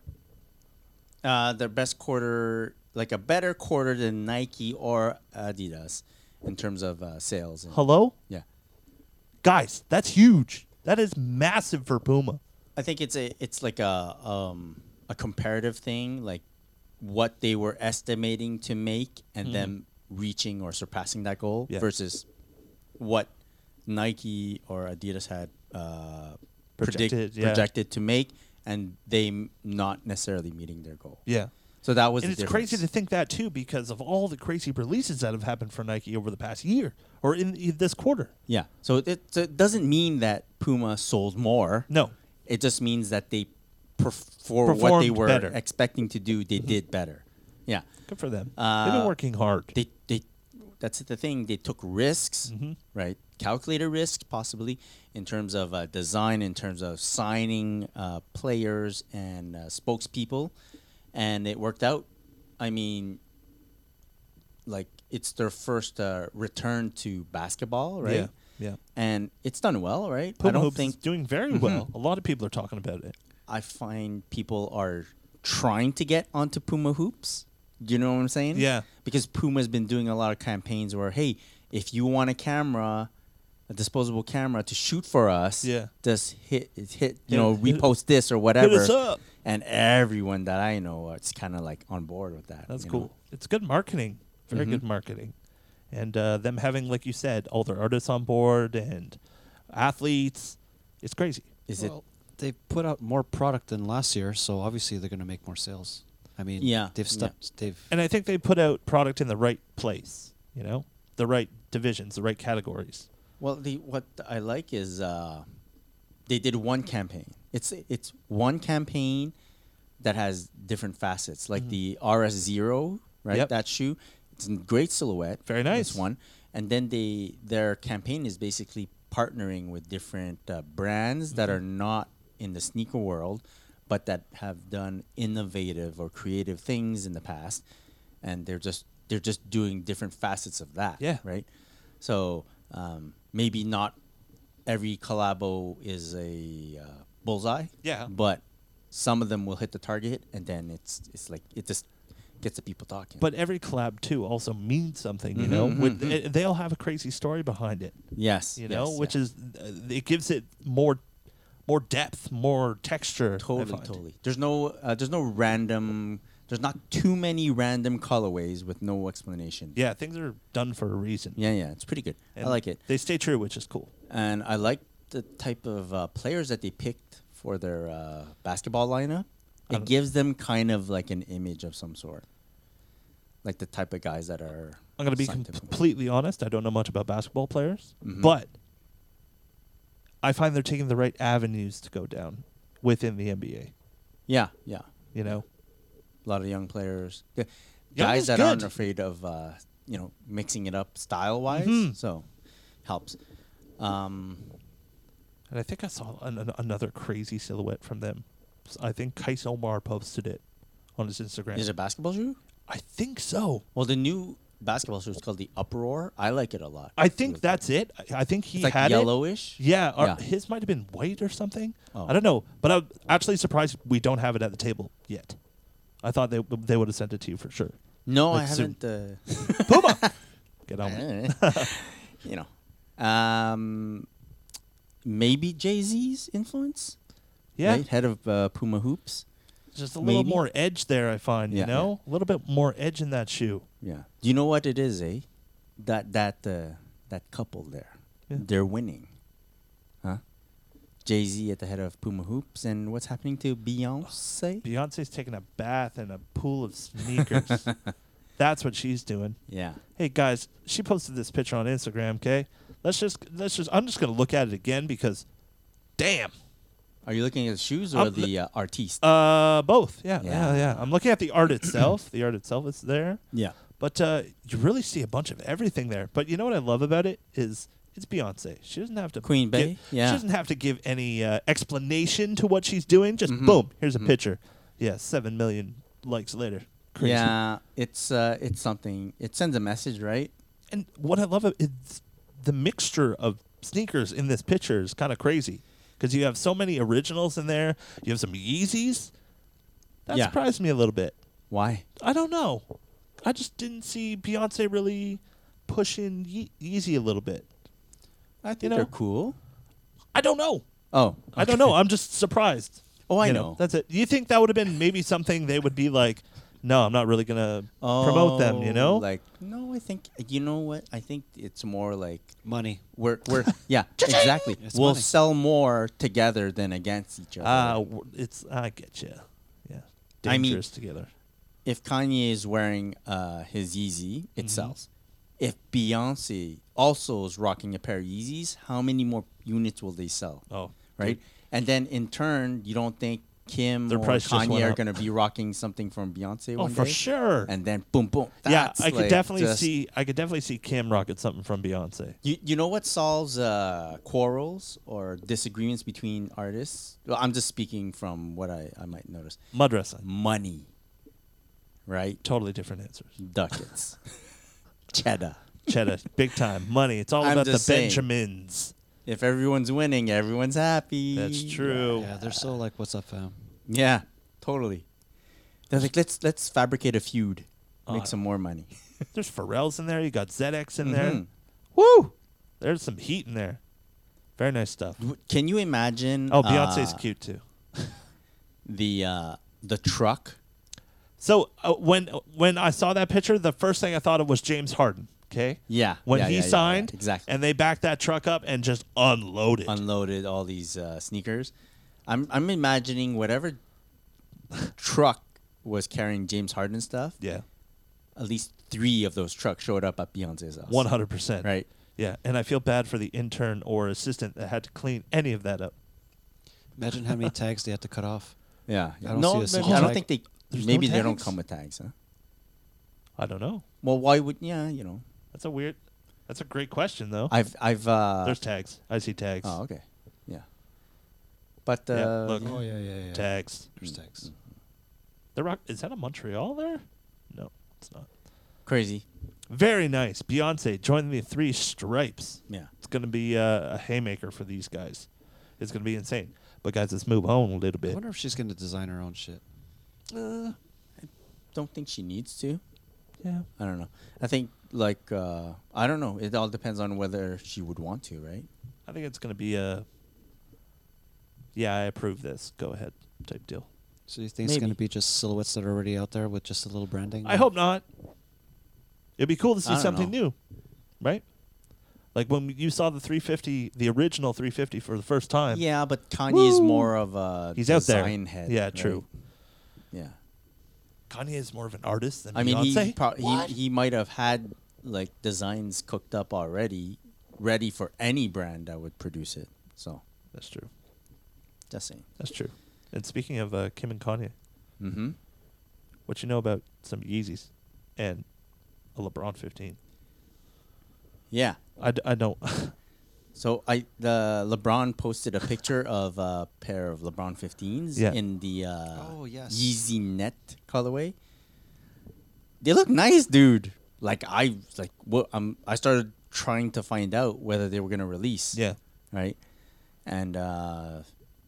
C: Uh, their best quarter, like a better quarter than Nike or Adidas in terms of uh, sales. and-
B: Hello,
C: Yeah.
B: guys, that's huge. That is massive for Puma.
C: I think it's a it's like a um, a comparative thing, like what they were estimating to make and them reaching or surpassing that goal
B: Mm-hmm. Yeah.
C: versus what Nike or Adidas had uh,
B: Projected,
C: projected
B: yeah.
C: projected to make and they m- not necessarily meeting their goal.
B: Yeah.
C: So that was
B: And
C: the
B: it's crazy to
C: difference.
B: think that too, because of all the crazy releases that have happened for Nike over the past year or in, in this quarter.
C: yeah. So it, so it doesn't mean that Puma sold more.
B: No.
C: It just means that they perf- for what they
B: Performed
C: were
B: better. Mm-hmm.
C: expecting to do, they did better. Yeah.
B: Good for them. They've been
C: Uh,
B: working hard.
C: they they that's the thing they took risks
B: Mm-hmm.
C: right calculated risks possibly in terms of uh, design in terms of signing uh, players and uh, spokespeople and it worked out i mean like it's their first uh, return to basketball right
B: Yeah. Yeah.
C: and it's done well right
B: Puma
C: i don't
B: Hoops
C: think Mm-hmm.
B: is doing very well. A lot of people are talking about it.
C: i find people are trying to get onto puma hoops do you know what i'm saying
B: Yeah.
C: because Puma's been doing a lot of campaigns where, hey, if you want a camera, a disposable camera to shoot for us,
B: Yeah.
C: just hit hit
B: Yeah.
C: you know
B: Hit-
C: repost this or whatever.
B: us up.
C: And everyone that I know, it's kind of like on board with that.
B: That's
C: you know? Mm-hmm.
B: cool. It's good marketing. Very good marketing. And uh, them having, like you said, all their artists on board and athletes. It's crazy.
C: Is
D: well, they put out more product than last year, so obviously they're going to make more sales. I mean,
C: Yeah,
D: they've
C: yeah.
D: stepped. They've
B: And I think they put out product in the right place, you know, the right divisions, the right categories.
C: it well? The what I like is uh, they did one campaign. It's it's one campaign that has different facets, like the RS Zero, right?
B: Mm-hmm. Yep.
C: That shoe, it's a great silhouette.
B: Very nice.
C: This one, and then they their campaign is basically partnering with different uh, brands that are
B: Mm-hmm.
C: not in the sneaker world, but that have done innovative or creative things in the past, and they're just they're just doing different facets of that.
B: Yeah.
C: Right. So um, maybe not every collabo is a uh, bullseye.
B: Yeah.
C: But some of them will hit the target, and then it's it's like it just gets the people talking.
B: But every collab too also means something,
C: Mm-hmm,
B: you know. With eh, they'll have a crazy story behind it,
C: yes,
B: you
C: yes,
B: know, which
C: yeah.
B: is uh, it gives it more, more depth, more texture. I
C: totally
B: find.
C: totally. There's no uh, there's no random. There's not too many random colorways with no explanation.
B: Yeah, things are done for a reason.
C: yeah, yeah. It's pretty good.
B: And
C: I like it,
B: They stay true, which is cool.
C: and I like the type of uh, players that they picked for their uh, basketball lineup.
B: Uh,
C: It gives them kind of like an image of some sort, like the type of guys that are.
B: I'm gonna be
C: signed to them.
B: completely honest. I don't know much about basketball players,
C: Mm-hmm.
B: but I find they're taking the right avenues to go down within the NBA.
C: Yeah, yeah.
B: You know,
C: a lot of young players, Yeah,
B: Young is
C: guys that aren't
B: good.
C: afraid of uh, you know mixing it up style wise.
B: Mm-hmm.
C: So helps. Um,
B: and I think I saw an, an- another crazy silhouette from them. S- I think Kais Omar posted it on his Instagram.
C: is it a basketball shoe?
B: I think so.
C: Well, the new basketball shoe is called the Uproar. I like it a lot.
B: I
C: It's
B: think
C: like-
B: that's it. I, I think he
C: it's like
B: had it.
C: yellowish.
B: Yeah, or
C: Yeah.
B: his might have been white or something.
C: Oh.
B: I don't know, but I'm actually surprised we don't have it at the table yet. I thought they they would have sent it to you for sure.
C: No, I
B: Like soon.
C: haven't. Uh,
B: Get on.
C: Eh,
B: with it.
C: [laughs]
B: [laughs]
C: you know, um, maybe Jay Z's influence.
B: Yeah,
C: right? head of uh, Puma Hoops.
B: just a little
C: maybe.
B: more edge there. I find
C: Yeah,
B: you know a little bit more edge in that shoe.
C: Yeah. Do you know what it is, eh? That that uh, that couple there.
B: Yeah.
C: They're winning. Huh? Jay Z at the head of Puma Hoops and what's happening to Beyonce? [laughs]
B: Beyonce's taking a bath in a pool of sneakers. That's what she's doing.
C: Yeah.
B: Hey guys, she posted this picture on Instagram. Okay, let's just let's just. I'm just gonna look at it again because, damn.
C: Are you looking at the shoes or
B: I'm
C: the uh, artiste?
B: Uh, both. Yeah, yeah,
C: Yeah.
B: yeah. I'm looking at the art itself. the art itself is there,
C: yeah.
B: but uh, you really see a bunch of everything there. But you know what I love about it is it's Beyonce. She doesn't have to give-
C: Queen Bey? Yeah.
B: She doesn't have to give any uh, explanation to what she's doing. Just
C: Mm-hmm.
B: boom. Here's a picture. Yeah, seven million likes later. Crazy.
C: Yeah, it's uh, it's something. It sends a message, right?
B: And what I love is the mixture of sneakers in this picture is kind of crazy because you have so many originals in there. You have some Yeezys. That
C: Yeah.
B: surprised me a little bit.
C: Why?
B: I don't know. I just didn't see Beyonce really pushing Ye- Yeezy a little bit.
C: I think
B: know-
C: they're cool.
B: I don't know.
C: Oh,
B: I don't
C: okay.
B: know. I'm just surprised.
C: Oh, I
B: You
C: know.
B: That's it. You think that would have been maybe something they would be like, no, I'm not really gonna promote them. You
C: [laughs] Oh,
B: know,
C: Like no, I think you know what? I think it's more like
D: Money.
C: we're
B: [laughs]
C: we're yeah exactly.
D: It's
C: we'll
D: money.
C: sell more together than against each other.
B: ah, w it's I get you. Yeah,
C: I mean-
B: dangerous together.
C: if Kanye is wearing uh, his Yeezy,
B: Mm-hmm.
C: it sells. If Beyonce also is rocking a pair of Yeezys, how many more units will they sell?
B: Oh,
C: right? And then in turn, you don't think Kim
B: Their
C: or
B: price just went
C: Kanye are
B: up.
C: going to be rocking something from Beyonce?
B: Oh,
C: one
B: for
C: day?
B: sure.
C: And then boom, boom.
B: yeah,
C: That's
B: I could
C: like
B: definitely
C: just-
B: see. I could definitely see Kim rocket something from Beyonce.
C: You, you know what solves uh, quarrels or disagreements between artists? Well, I'm just speaking from what I, I might notice.
B: Mud wrestling.
C: Money, right?
B: Totally different answers.
C: Ducats, cheddar. [laughs]
B: Cheddar, big time money. It's all
C: I'm
B: about the
C: just saying.
B: Benjamins.
C: If everyone's winning, everyone's happy.
B: That's true.
D: Yeah, they're so like, what's up, fam?
C: Yeah, totally. They're like, let's let's fabricate a feud, make
B: Oh.
C: some more money.
B: There's Pharrell's in there. You got ZX in there.
C: Mhm.
B: Woo! There's some heat in there. Very nice stuff.
C: W- Can you imagine?
B: Oh, Beyonce's
C: uh,
B: cute too.
C: The uh, the truck.
B: So uh, when when I saw that picture, the first thing I thought of was James Harden. Okay.
C: Yeah,
B: When
C: yeah,
B: he
C: yeah, yeah, yeah,
B: signed,
C: exactly.
B: and they backed that truck up and just unloaded.
C: unloaded all these uh, sneakers. I'm I'm imagining whatever truck was carrying James Harden stuff.
B: yeah.
C: At least three of those trucks showed up at Beyonce's house.
B: One hundred percent.
C: Right.
B: Yeah, and I feel bad for the intern or assistant that had to clean any of that up.
D: Imagine
B: [laughs]
D: how many tags they had to cut off.
C: Yeah. yeah.
D: I don't
C: no,
D: see a
C: maybe-
D: single
C: I don't
D: tag.
C: think they.
B: There's no
C: maybe they don't
B: tags?
C: come with tags, huh?
B: I don't know.
C: Well, why would? Yeah, you know.
B: That's a weird. That's a great question though.
C: I've I've. Uh,
B: There's tags. I see tags.
C: oh, okay. Yeah. But uh,
B: Yeah, look.
C: yeah.
D: Oh, yeah, yeah, yeah.
B: Tags.
D: There's tags.
B: The rock is that a Montreal there? No, it's not.
C: crazy.
B: Very nice. Beyonce joined the Three Stripes.
C: Yeah.
B: It's gonna be uh, a haymaker for these guys. It's gonna be insane. But guys, let's move on a little
D: I
B: bit.
D: wonder if she's gonna design her own shit.
B: Uh,
C: Don't think she needs to.
B: yeah.
C: I don't know. I think like uh, I don't know. It all depends on whether she would want to, right?
B: I think it's gonna be a. Yeah, I approve this. Go ahead, type deal.
D: So you think it's
C: Maybe.
D: gonna be just silhouettes that are already out there with just a little branding?
B: I hope not. It'd be cool to
C: I
B: see
C: don't
B: something
C: know.
B: new, right? Like when you saw the 350, the original 350 for the first time.
C: Yeah, but Kanye is more of a
B: He's out there.
C: design head.
B: Yeah,
C: right?
B: true.
C: Yeah,
B: Kanye is more of an artist than
C: I mean
B: Beyonce.
C: he, pro- he he might have had like designs cooked up already, ready for any brand that would produce it. So
B: That's true.
C: just saying.
B: That's true. And speaking of uh, Kim and Kanye,
C: Mm-hmm.
B: what you know about some Yeezys and a LeBron 15?
C: Yeah.
B: I, d- I don't. [laughs]
C: So I the LeBron posted a picture of a pair of LeBron 15s
B: Yeah.
C: in the uh,
D: Oh, yes.
C: Yeezy Net colorway. They look nice, dude. Like I like what I'm I started trying to find out whether they were gonna release.
B: yeah.
C: Right. And uh,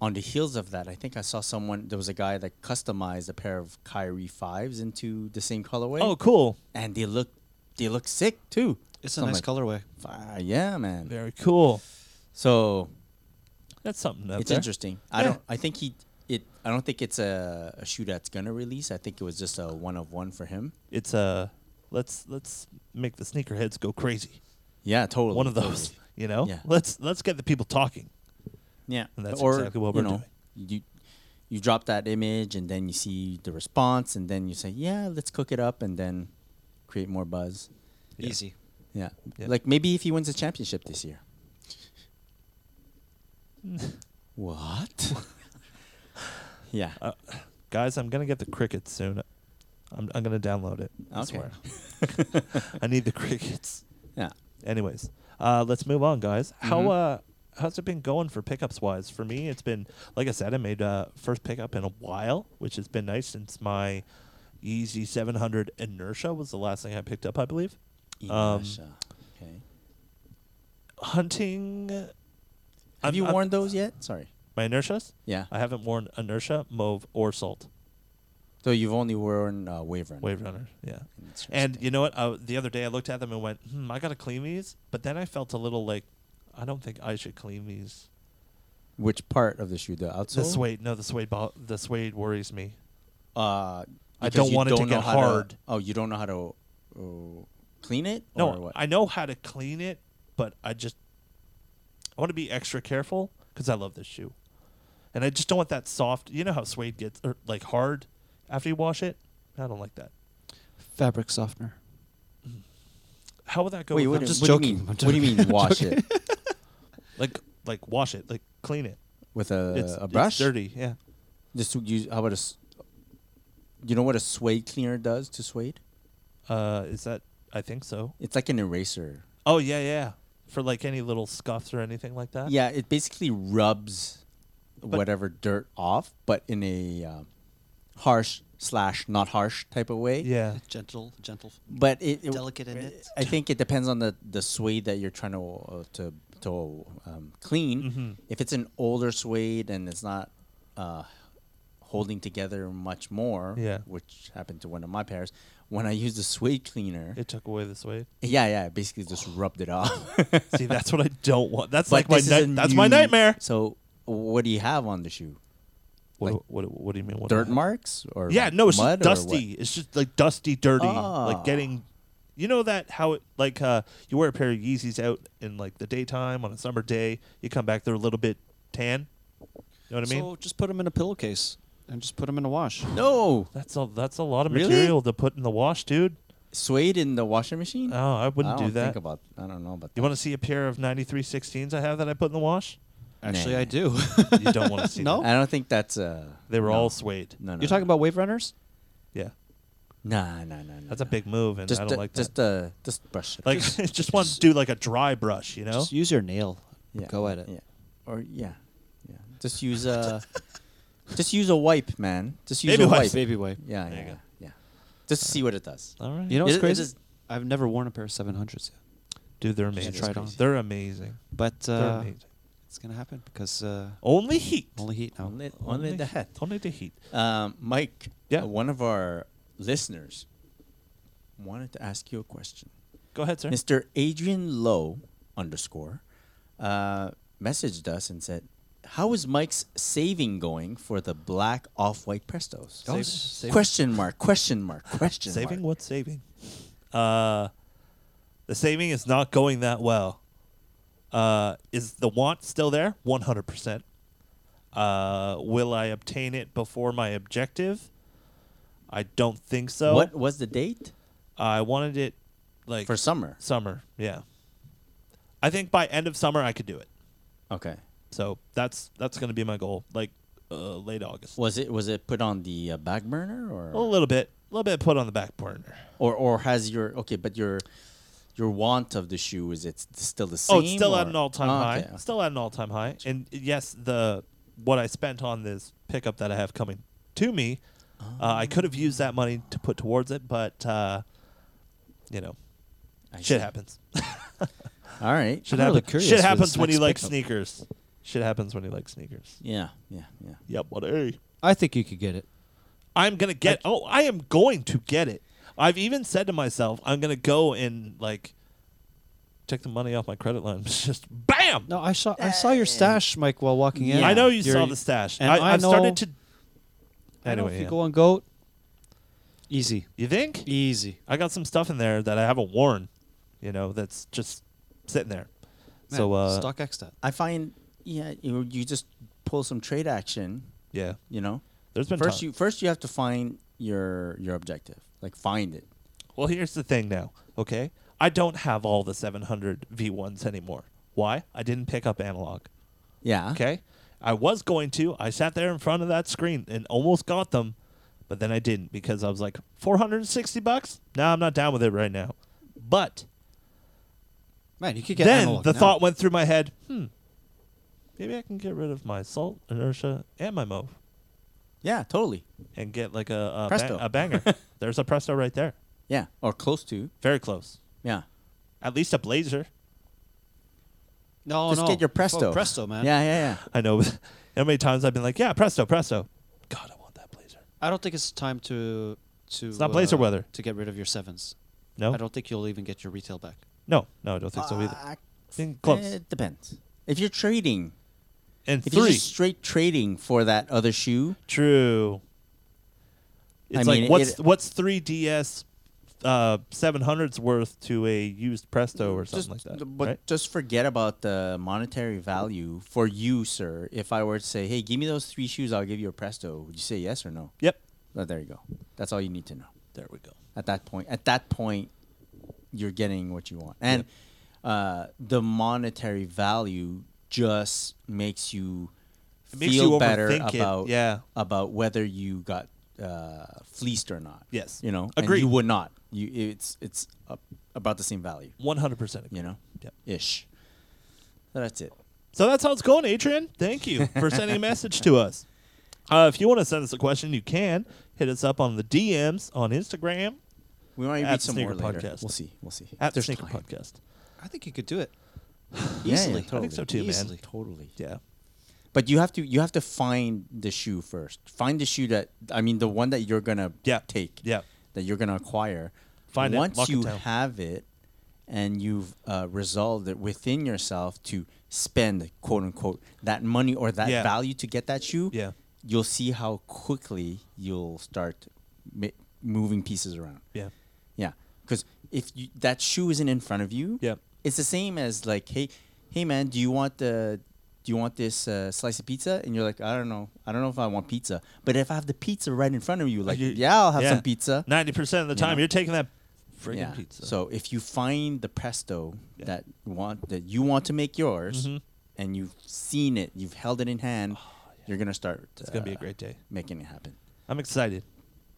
C: on the heels of that, I think I saw someone. There was a guy that customized a pair of Kyrie fives into the same colorway.
B: Oh, cool.
C: And they look they look sick too.
D: It's
C: So
D: a
C: I'm
D: nice
C: like,
D: colorway.
C: "Ah, yeah, man.
B: Very cool.
C: So
B: That's something. out
C: it's
B: there.
C: interesting. I
B: Yeah.
C: don't. I think he. It. I don't think it's a, a shoe that's gonna release. I think it was just a one of one for him.
B: It's uh, let's let's make the sneakerheads go crazy.
C: Yeah, totally.
B: One of those,
C: totally.
B: [laughs] you know.
C: Yeah.
B: Let's let's get the people talking.
C: Yeah,
B: And that's
C: or,
B: exactly what
C: you
B: we're
C: know, You you drop that image and then you see the response and then you say, yeah, let's cook it up and then create more buzz.
B: Yeah.
D: Easy.
C: Yeah.
B: Yeah.
C: Like maybe if he wins a championship
B: [laughs]
C: this year. what? [laughs] yeah.
B: Uh, Guys, I'm gonna get the crickets soon. I'm I'm gonna download it. I
C: Okay.
B: swear. [laughs] I need the crickets.
C: [laughs] Yeah.
B: Anyways, uh, let's move on, guys. How
C: Mm-hmm.
B: uh, how's it been going for pickups wise? For me, it's been like I said, I made uh, first pickup in a while, which has been nice since my Easy 700 Inertia was the last thing I picked up, I believe. Um,
C: Inasha. okay.
B: Hunting. Have
C: Have you worn those yet? Sorry.
B: my inertias?
C: Yeah.
B: I haven't worn inertia, mauve, or salt.
C: So you've only worn uh, Wave Runner.
B: Wave runner, yeah.
C: Interesting.
B: And you know what? I, the other day I looked at them and went, "Hmm, I gotta clean these." But then I felt a little like, I don't think I should clean these.
C: Which part of the shoe? The outsole.
B: The suede, no, the suede, bo- the suede worries me.
C: Uh,
B: I
C: because
B: don't
C: you
B: want it to
C: know
B: get
C: how
B: hard.
C: oh, you don't know how to uh, clean it? or
B: No,
C: what?
B: I know how to clean it, but I just I want to be extra careful because I love this shoe, and I just don't want that soft. You know how suede gets or like hard after you wash it. I don't like that.
D: Fabric softener.
B: How would that go?
C: Wait,
B: with
C: what,
B: that?
D: just
C: what do you
D: joking.
C: mean?
D: I'm
C: What do you mean wash it
B: like like wash it, like clean it.
C: with a,
B: [laughs] it's
C: uh, a brush?
B: It's dirty, yeah.
C: Just to use, how about a? s- You know what a suede cleaner does to suede?
B: Uh, is that? I think so.
C: It's like an eraser.
B: Oh yeah, yeah. For like any little scuffs or anything like that.
C: Yeah, it basically rubs whatever dirt off, but in a uh, harsh slash not harsh type of way.
B: Yeah.
D: Gentle, gentle.
C: but it, it
D: Delicate in it.
C: I think it depends on the the suede that you're trying to uh, to to um, clean.
B: Mm-hmm.
C: If it's an older suede and it's not uh, holding together much more,
B: Yeah.
C: which happened to one of my pairs. When I used the suede cleaner,
B: It took away the suede.
C: yeah, yeah, it basically just rubbed it off.
B: See, that's what I don't want. That's
C: But
B: like my
C: this is a
B: night. That's my
C: new-
B: nightmare.
C: So, what do you have on the shoe?
B: What,
C: like-
B: what, what do you mean? What do I
C: Dirt
B: have?
C: marks or
B: Yeah, no, it's just
C: mud or what?
B: dusty. It's just like dusty, dirty,
C: Ah.
B: like getting. You know that how it like uh, you wear a pair of Yeezys out in like the daytime on a summer day. You come back, they're a little bit tan. You know what I mean?
D: So just put them in a pillowcase and just put them in a wash.
C: No
B: that's a that's a lot of
C: Really?
B: material to put in the wash, dude.
C: suede in the washing machine.
B: Oh, I wouldn't
C: I don't
B: do that.
C: Think about. I don't know about.
B: you want to see a pair of 9316s I have that I put in the wash?
D: Actually,
C: Nah.
D: I [laughs] do.
B: You don't
C: [laughs]
B: want to see
D: No?
B: that.
C: I don't think that's uh
B: They were
C: no.
B: all suede.
C: No, no.
D: You're talking about wave runners?
B: Yeah.
C: Nah, nah, nah, nah.
B: That's a
C: nah.
B: big move, and
C: Just,
B: I don't
C: uh,
B: like
C: just
B: that.
C: uh, just brush it.
B: [laughs] like,
C: Just-
B: just, want to do like a dry brush, you know?
D: Just use your nail.
C: yeah,
D: Go at it.
C: Yeah, or yeah, yeah.
B: [laughs]
C: Just use a, just use a wipe, man. Just use
B: Baby
C: a
B: wipe.
C: wipe.
D: Baby wipe.
C: Yeah,
B: There
C: yeah,
B: you
C: yeah,
B: go.
C: yeah. Just to see what it does.
B: all right.
D: You know what's
C: It- it
D: crazy?
C: is-
D: I've never worn a pair of 700s yet.
B: Dude, they're
D: should
B: amazing.
D: try it on.
B: They're amazing.
D: But
B: They're
D: uh,
B: amazing.
D: it's going to happen because uh,
B: Only heat.
D: only heat now.
C: Only, only the head.
B: Only the heat.
C: Um, Mike.
B: Yeah.
C: uh, one of our listeners wanted to ask you a question.
B: Go ahead, sir.
C: Mr. Adrian Lowe underscore uh, messaged us and said, "How is Mike's saving going for the black off-white Prestos?"
B: Saving- saving-
C: Question mark? Question mark? Question
B: Oh, saving
C: mark?
B: what's saving? Uh, the saving is not going that well. Uh, is the want still there? One hundred percent. Uh, will I obtain it before my objective? I don't think so.
C: What was the date
B: I wanted it like
C: for summer?
B: summer. Yeah, I think by end of summer I could do it.
C: Okay.
B: So that's that's gonna be my goal, like uh, late August.
C: Was it was it put on the uh, back burner or
B: A little bit, a little bit put on the back burner.
C: or or has your okay? But your your want of the shoe is it's still the same.
B: Oh, it's still at
C: or-
B: an all-time
C: Ah,
B: high.
C: okay, okay.
B: Still at an all-time high. And yes, the what I spent on this pickup that I have coming to me, uh, I could have used that money to put towards it, but uh, you know,
C: I
B: shit
C: see.
B: happens.
C: All right.
B: Shit
D: I'm really
B: happens.
D: curious
B: shit
D: for
B: happens
D: this
B: when you
D: next
B: like
D: pickup.
B: sneakers. Shit happens when you like sneakers.
C: Yeah, yeah, yeah.
B: Yep, what a.
D: I think you could get it.
B: I'm gonna get. oh, I am going to get it. I've even said to myself, I'm gonna go and like take the money off my credit line. [laughs] It's just bam.
D: No, I saw I saw your stash, Mike, while walking in.
C: Yeah.
B: I know you
D: Your-
B: saw the stash.
D: and
B: I,
D: I
B: I've started
D: know-
B: to.
D: I know if
B: Anyway,
D: you
B: yeah.
D: go on Goat, easy,
B: you think?
D: easy.
B: I got some stuff in there that I haven't worn. You know, that's just sitting there. so
D: Man,
B: uh,
D: stock X that.
C: I find yeah, you, you just pull some trade action.
B: yeah,
C: You know,
B: there's been
C: first
B: time.
C: you first you have to find your your objective. Like find it.
B: Well, here's the thing now, okay? I don't have all the 700 V1s anymore. Why? I didn't pick up analog.
C: Yeah.
B: Okay? I was going to. I sat there in front of that screen and almost got them, but then I didn't because I was like, 460 bucks? No, I'm not down with it right now. But
D: Man, you could get
B: then
D: analog
B: the
D: now.
B: thought went through my head, hmm, maybe I can get rid of my salt, inertia, and my mauve
C: Yeah, totally.
B: and get like a, a, ba-
C: Presto.
B: a
C: [laughs]
B: banger. There's a Presto right there.
C: Yeah, or close to.
B: Very close.
C: Yeah.
B: At least a blazer. Oh,
D: No,
C: Just
D: no.
C: get your
D: Fuck
C: Presto.
D: Presto, man.
C: Yeah, yeah, yeah.
B: I know [laughs] you know how many times I've been like, yeah, presto, presto. God, I want that blazer.
D: I don't think it's time to to. uh,
B: It's not blazer weather.
D: To get rid of your sevens.
B: No,
D: I don't think you'll even get your retail back.
B: no, no, I don't think so either.
C: Uh,
B: Think close.
C: It depends. If you're trading,
B: and
C: if you're
B: three,
C: just straight trading for that other shoe,
B: true.
C: I
B: It's
C: mean,
B: like what's
C: it-
B: what's three DS uh, seven hundreds worth to a used Presto or something
C: just,
B: like that?
C: But
B: right?
C: just forget about the monetary value for you, sir. If I were to say, "Hey, give me those three shoes, I'll give you a Presto," would you say yes or no?
B: Yep.
C: Well, there you go. That's all you need to know.
B: There we go.
C: At that point, at that point, you're getting what you want, and uh, the monetary value just makes you
B: It
C: feel
B: makes you
C: better
B: overthink it,
C: about
B: yeah.
C: about whether you got uh, fleeced or not.
B: Yes.
C: you know, And
B: Agreed.
C: you would not. You it's it's uh, about the same value
B: One hundred percent.
C: you know,
B: Yep.
C: ish. So that's it.
B: So that's how it's going, Adrian. Thank you
C: [laughs]
B: for sending a message to us. Uh, if you want to send us a question, you can hit us up on the DMs on Instagram
C: We might
B: At
C: read some more
B: Sneaker
C: later.
B: Podcast.
C: We'll see. We'll see.
B: at the
C: There's
B: Sneaker
C: time.
B: Podcast.
D: I think you could do it.
C: Yeah, yeah,
D: Easily. I think
C: totally.
B: so too, man.
C: Easily. Totally.
B: Yeah.
C: But you have to you have to find the shoe first. Find the shoe that I mean the one that you're gonna
B: Yeah.
C: take.
B: Yeah.
C: That you're gonna acquire.
B: Find it,
C: Once
B: lock it
C: you
B: down.
C: have it and you've uh, resolved it within yourself to spend quote unquote that money or that
B: Yeah.
C: value to get that shoe,
B: Yeah.
C: you'll see how quickly you'll start mi- moving pieces around.
B: Yeah.
C: Yeah, because if you, that shoe isn't in front of you,
B: Yep.
C: it's the same as like, hey, hey man, do you want the, do you want this uh, slice of pizza? And you're like, I don't know, I don't know if I want pizza. But if I have the pizza right in front of you, like,
B: You-
C: yeah, I'll have some pizza.
B: Ninety percent of the
C: You
B: time,
C: know?
B: you're taking that friggin'
C: yeah.
B: pizza.
C: So if you find the Presto
B: Yeah.
C: that want that you want to make yours,
B: Mhm.
C: and you've seen it, you've held it in hand, you're gonna start.
B: Oh,
C: uh,
B: it's gonna be a great day.
C: making it happen. [laughs]
B: I'm excited.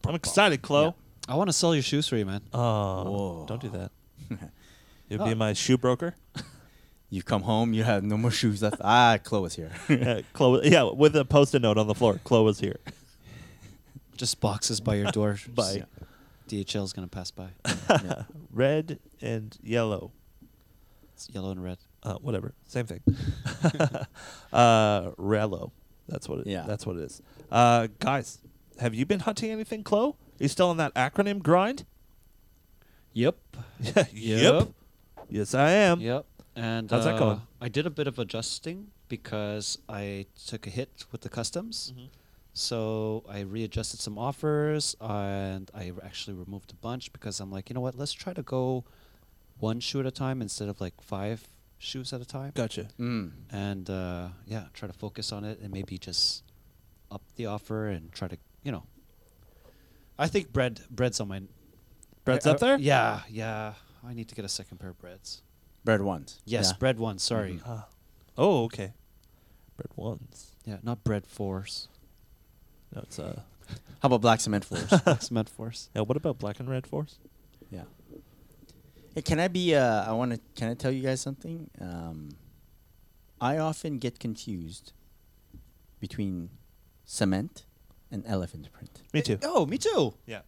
B: I'm excited, Chloe.
D: I want to sell your shoes for you, man.
B: Oh,
C: Whoa.
B: don't do that. You'll
D: Oh.
B: be my shoe broker.
C: You come home, you have no more shoes left. ah, Chloe is here.
B: [laughs] [laughs] yeah, Chloe. Yeah, with a post-it note on the floor. Chloe was here.
D: Just boxes by
B: [laughs]
D: your door.
B: By
C: Yeah.
D: DHL is gonna pass by.
C: Yeah.
B: [laughs] red and yellow.
D: It's yellow and red.
B: Uh, whatever, same [laughs] thing. uh, Rello. That's what. It,
C: Yeah.
B: That's what it is. Uh, guys, have you been hunting anything, Chloe? Are you still on that acronym grind? [laughs]
D: [laughs] Yep.
B: yep. Yes, I am.
D: Yep. And
B: How's that
D: uh,
B: going?
D: I did a bit of adjusting because I took a hit with the customs.
B: Mm-hmm.
D: So I readjusted some offers and I r- actually removed a bunch because I'm like, you know what? Let's try to go one shoe at a time instead of like five shoes at a time.
B: Gotcha.
C: [laughs] Mm.
D: and uh, yeah, try to focus on it and maybe just up the offer and try to you know. I think bread bread's on my.
B: Brett's
D: I-
B: up
C: uh,
D: I-
B: there.
D: Yeah, yeah. I need to get a second pair of breads.
C: Bread ones.
D: Yes,
C: Yeah.
D: bread one. Sorry.
B: Ah. Oh, okay. Bread ones.
D: Yeah, not bread fours.
B: No, it's uh.
C: How about black cement
D: [laughs]
C: floors?
D: That's meant fours.
B: Yeah. What about black and red force?
C: yeah. Hey, can I be? Uh, I want to. Can I tell you guys something? Um, I often get confused between cement and elephant print.
B: Me too.
D: Oh, me too.
B: Yeah.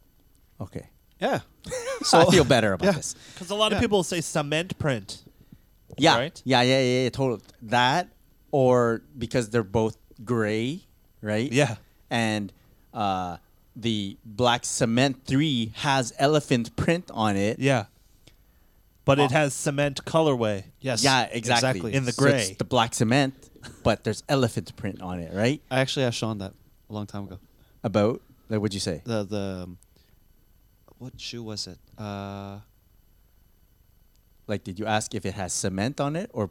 C: Okay.
D: Yeah.
C: [laughs] So I feel better about
D: Yeah.
C: this.
B: Because a lot of
D: Yeah.
B: people say cement print.
C: Yeah.
B: Right?
C: Yeah. Yeah. Yeah. yeah totally. That or because they're both gray, right?
B: Yeah.
C: And uh, the black cement three has elephant print on it.
B: Yeah. But it
C: Oh.
B: has cement colorway.
D: Yes.
C: Yeah, exactly.
B: In the
C: So it's
B: gray.
C: the black cement, but there's elephant print on it, right?
D: I actually asked Sean that a long time ago.
C: About like what'd you say?
D: The the. um, What shoe was it? Uh,
C: Like, did you ask if it has cement on it or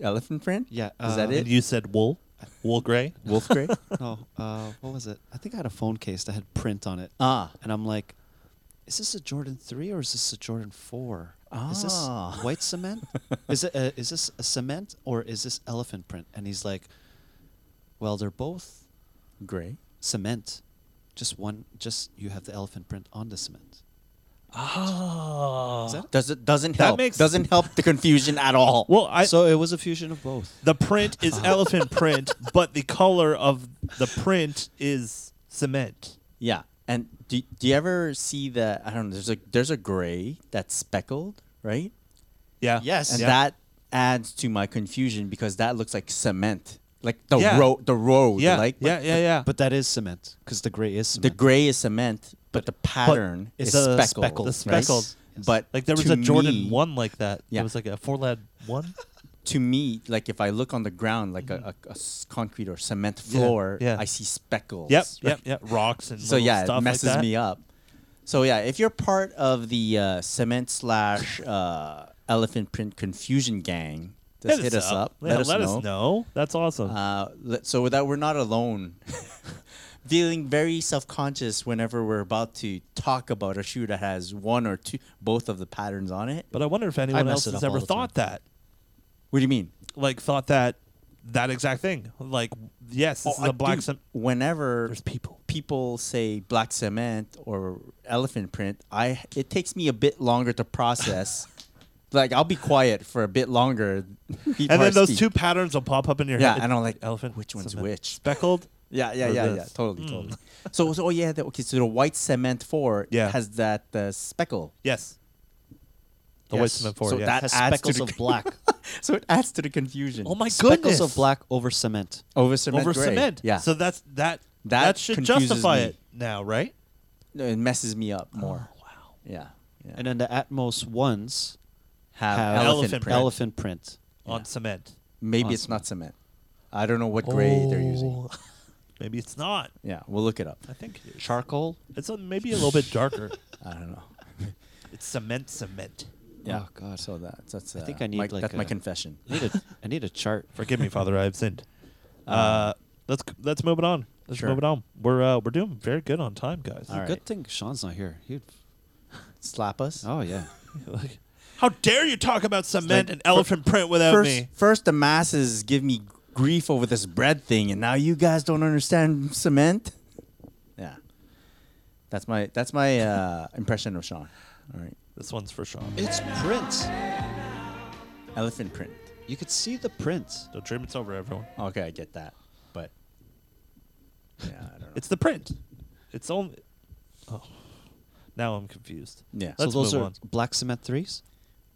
C: elephant print?
D: Yeah,
C: is that
D: uh,
B: And
C: it?
B: you said wool, wool gray. [laughs]
C: Wolf gray?
D: no. Uh, what was it? I think I had a phone case that had print on it.
C: ah,
D: and I'm like, is this a Jordan 3 or is this a Jordan 4? Is
C: Ah.
D: this white cement? is it a, is this a cement or is this elephant print? And he's like, well, they're both
C: Gray.
D: cement. Just one just you have the elephant print on the cement.
B: Oh.
D: Is that-
C: Does it doesn't
B: That
C: help?
B: makes-
C: doesn't help the confusion at all.
B: [laughs] Well, I
D: so it was a fusion of both.
B: the print
C: [laughs]
B: is elephant print, but the color of the print is cement.
C: yeah. And do, do you ever see the I don't know? There's a there's a gray that's speckled, right?
B: Yeah.
D: Yes.
C: And
D: Yeah.
C: that adds to my confusion because that looks like cement, like the
B: Yeah.
C: road, the road,
B: Yeah.
C: like
B: yeah. Yeah. Yeah.
D: But that is cement because the gray is cement.
C: The gray is cement, but, the pattern is
D: it's a
C: speckled.
D: speckled,
B: the
C: right?
B: speckled.
C: But
B: Like there was
C: to
B: a Jordan
C: me-
B: one like that. It
C: Yeah.
B: was like a four lad
C: [laughs]
B: one.
C: To me, like if I look on the ground, like a a, a s- concrete or cement floor,
B: Mm-hmm. yeah.
C: I see speckles.
B: Yep.
C: right?
B: Yep. Yep. Rocks and
C: [laughs] So
B: little
C: yeah,
B: stuff
C: it messes
B: like that.
C: me up. So yeah, if you're part of the uh, cement slash uh, elephant print confusion gang, just
B: Hit,
C: hit us up.
B: Yeah, let us know. That's awesome.
C: Uh, let- so with that we're not alone. [laughs] Feeling very self-conscious whenever we're about to talk about a shoe that has one or two, both of the patterns on it.
B: but I wonder if anyone
D: mess
B: else
D: it
B: has
D: up
B: ever
D: all the time.
B: thought that.
C: What do you mean?
B: Like thought that that exact thing. Like yes, this
C: Oh,
B: is
C: I-
B: a black
C: dude,
B: cement.
C: Whenever
B: There's people.
C: people say black cement or elephant print, I it takes me a bit longer
B: [laughs]
C: to process. like I'll be quiet for a bit longer.
B: And then those two patterns will pop up in your
C: Yeah,
B: head.
C: and I'm like,
B: elephant.
C: which one's
B: cement.
C: which? [laughs]
B: Speckled.
C: Yeah, yeah,
B: or
C: yeah, yeah.
B: this. Hmm.
C: Totally, totally. So, so, oh yeah. The, okay, so the white cement four
B: Yeah.
C: has that uh, speckle.
B: Yes. The white
D: Yes.
B: cement four.
C: So
B: yeah.
C: that
D: has
C: adds to
D: speckles
C: the
D: of
C: con-
D: black.
C: so it adds to the confusion.
B: oh my
D: [laughs] speckles
B: goodness.
D: of black over cement.
C: Over cement.
B: over
C: gray.
B: cement.
C: Yeah.
B: So that's that. That,
C: That
B: should
C: confuses
B: justify
C: me.
B: it now, right?
C: No, it messes me up more.
B: Wow.
C: Yeah. yeah.
D: And then the Atmos ones
C: have,
D: have
C: elephant,
B: elephant
C: print.
D: elephant print.
B: On cement.
C: Maybe it's
D: Awesome.
C: not cement. I don't know what gray they're using.
B: Oh. [laughs] maybe it's not.
C: Yeah, we'll look it up.
B: I think it is.
D: Charcoal.
B: it's a, maybe a little bit
C: [laughs]
B: darker.
C: I don't know.
B: it's cement, cement.
C: Yeah.
D: Oh, God.
C: So that that's. Uh,
D: I think I need,
C: my,
D: like,
C: that's my
D: a-
C: confession.
D: I need a, I need a chart.
B: Forgive me, Father. I have
C: [laughs]
B: sinned. Uh, let's let's move it on. Let's
C: Sure.
B: move it on. We're uh, we're doing very good on time, guys.
C: All right.
D: Good thing Sean's not here. He'd,
C: Slap us.
D: [laughs] oh, yeah.
B: Like, how dare you talk about cement
C: like
B: and
C: fir-
B: elephant print without
C: first,
B: me?
C: first the masses give me grief over this bread thing, and now you guys don't understand cement. Yeah, that's my that's my uh, impression of Sean. All right,
B: This one's for Sean.
D: It's print.
C: elephant print.
D: You could see the print.
B: The dream it's over, everyone.
C: Okay, I get that, but yeah, I don't know.
B: It's the print. It's only. Oh, now I'm confused.
C: Yeah.
B: let's
D: so those
B: move
D: are
B: on.
D: black cement threes.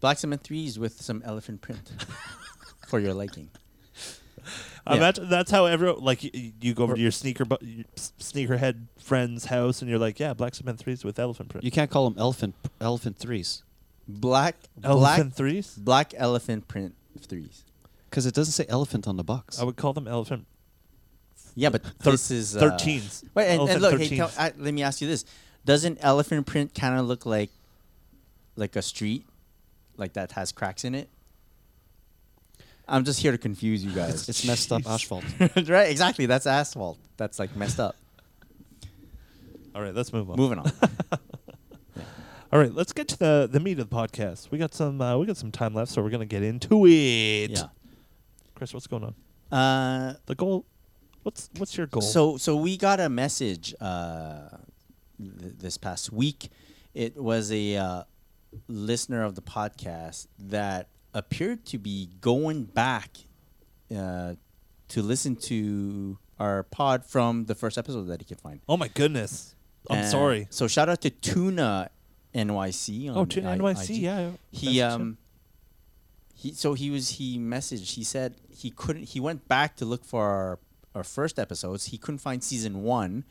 C: Black cement threes with some elephant print
B: [laughs]
C: for your liking.
B: I
C: Yeah.
B: Imagine Uh, that's how everyone like you, you go over to your sneaker bu- your s- sneakerhead friend's house and you're like, yeah, black cement threes with elephant print.
D: You can't call them elephant elephant threes
C: Black
B: elephant
C: black
B: threes?
C: black elephant print threes.
D: because it doesn't say elephant on the box.
B: I would call them elephant.
C: Yeah, but
B: Thir-
C: this is uh,
B: 13s.
C: Wait, and, and
B: Elephant
C: look, hey,
B: 13s.
C: tell, I, let me ask you this: Doesn't elephant print kind of look like like a street, like that has cracks in it? I'm just here to
B: [laughs]
C: confuse you guys.
D: it's, it's messed up
B: Jeez.
D: asphalt.
C: [laughs] right, exactly. That's asphalt. That's like messed
B: [laughs]
C: up.
B: All right, let's move on.
C: Moving on.
B: All right, let's get to the the meat of the podcast. We got some uh, we got some time left, so we're gonna get into it.
C: yeah.
B: Chris, what's going on?
C: Uh,
B: The goal. What's what's your goal?
C: So so we got a message uh, th- this past week. It was a uh, listener of the podcast that appeared to be going back uh, to listen to our pod from the first episode that he could find.
B: oh my goodness, I'm
C: Uh,
B: sorry.
C: So shout out to Tuna NYC. On
B: Oh, Tuna
C: I-
B: NYC,
C: IG.
B: yeah. I messaged
C: He
B: him.
C: um. He so he was he messaged. He said he couldn't. He went back to look for our, our first episodes. He couldn't find season one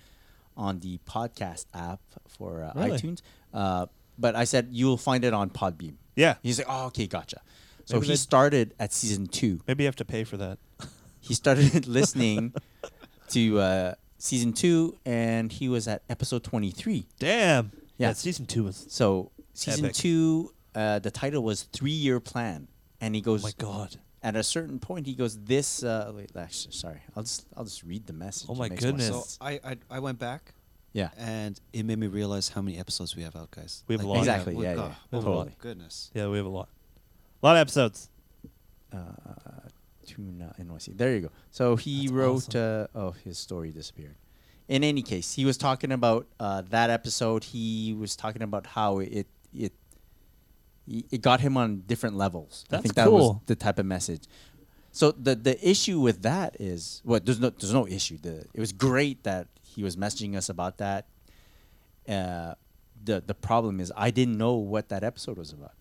C: on the podcast app for uh,
B: Really?
C: iTunes. Uh, but I said you'll find it on Podbeam.
B: yeah.
C: He's like, oh, okay, gotcha. So
B: Maybe
C: he
B: they-
C: started at season two.
B: Maybe you have to pay for that.
C: He started [laughs] listening to uh, season two, and he was at episode twenty three.
B: Damn.
C: Yeah.
B: yeah season two was
C: So season
B: Epic.
C: two, uh, the title was three year plan, and he goes
B: Oh my god.
C: at a certain point. He goes this. Uh, wait, actually, sorry, I'll just I'll just read the message.
B: Oh
C: It
B: my
C: makes more
B: goodness.
C: sense.
D: I, I I went back
C: Yeah.
D: And it made me realize how many episodes we have out, guys.
B: We have a lot.
D: we
C: Exactly,
D: we-
C: yeah,
D: oh,
C: yeah,
D: Oh,
C: totally.
D: my goodness.
B: Yeah, we have a lot. A lot of episodes.
C: uh, Tuna NYC. There you go. So he wrote. Uh, oh, his story disappeared. In any case, he was talking about uh, that episode. He was talking about how it it it got him on different levels. I
B: That's
C: think that was
B: cool.
C: the type of message. So the the issue with that is well, there's no there's no issue. The it was great that he was messaging us about that. Uh, the the problem is I didn't know what that episode was about.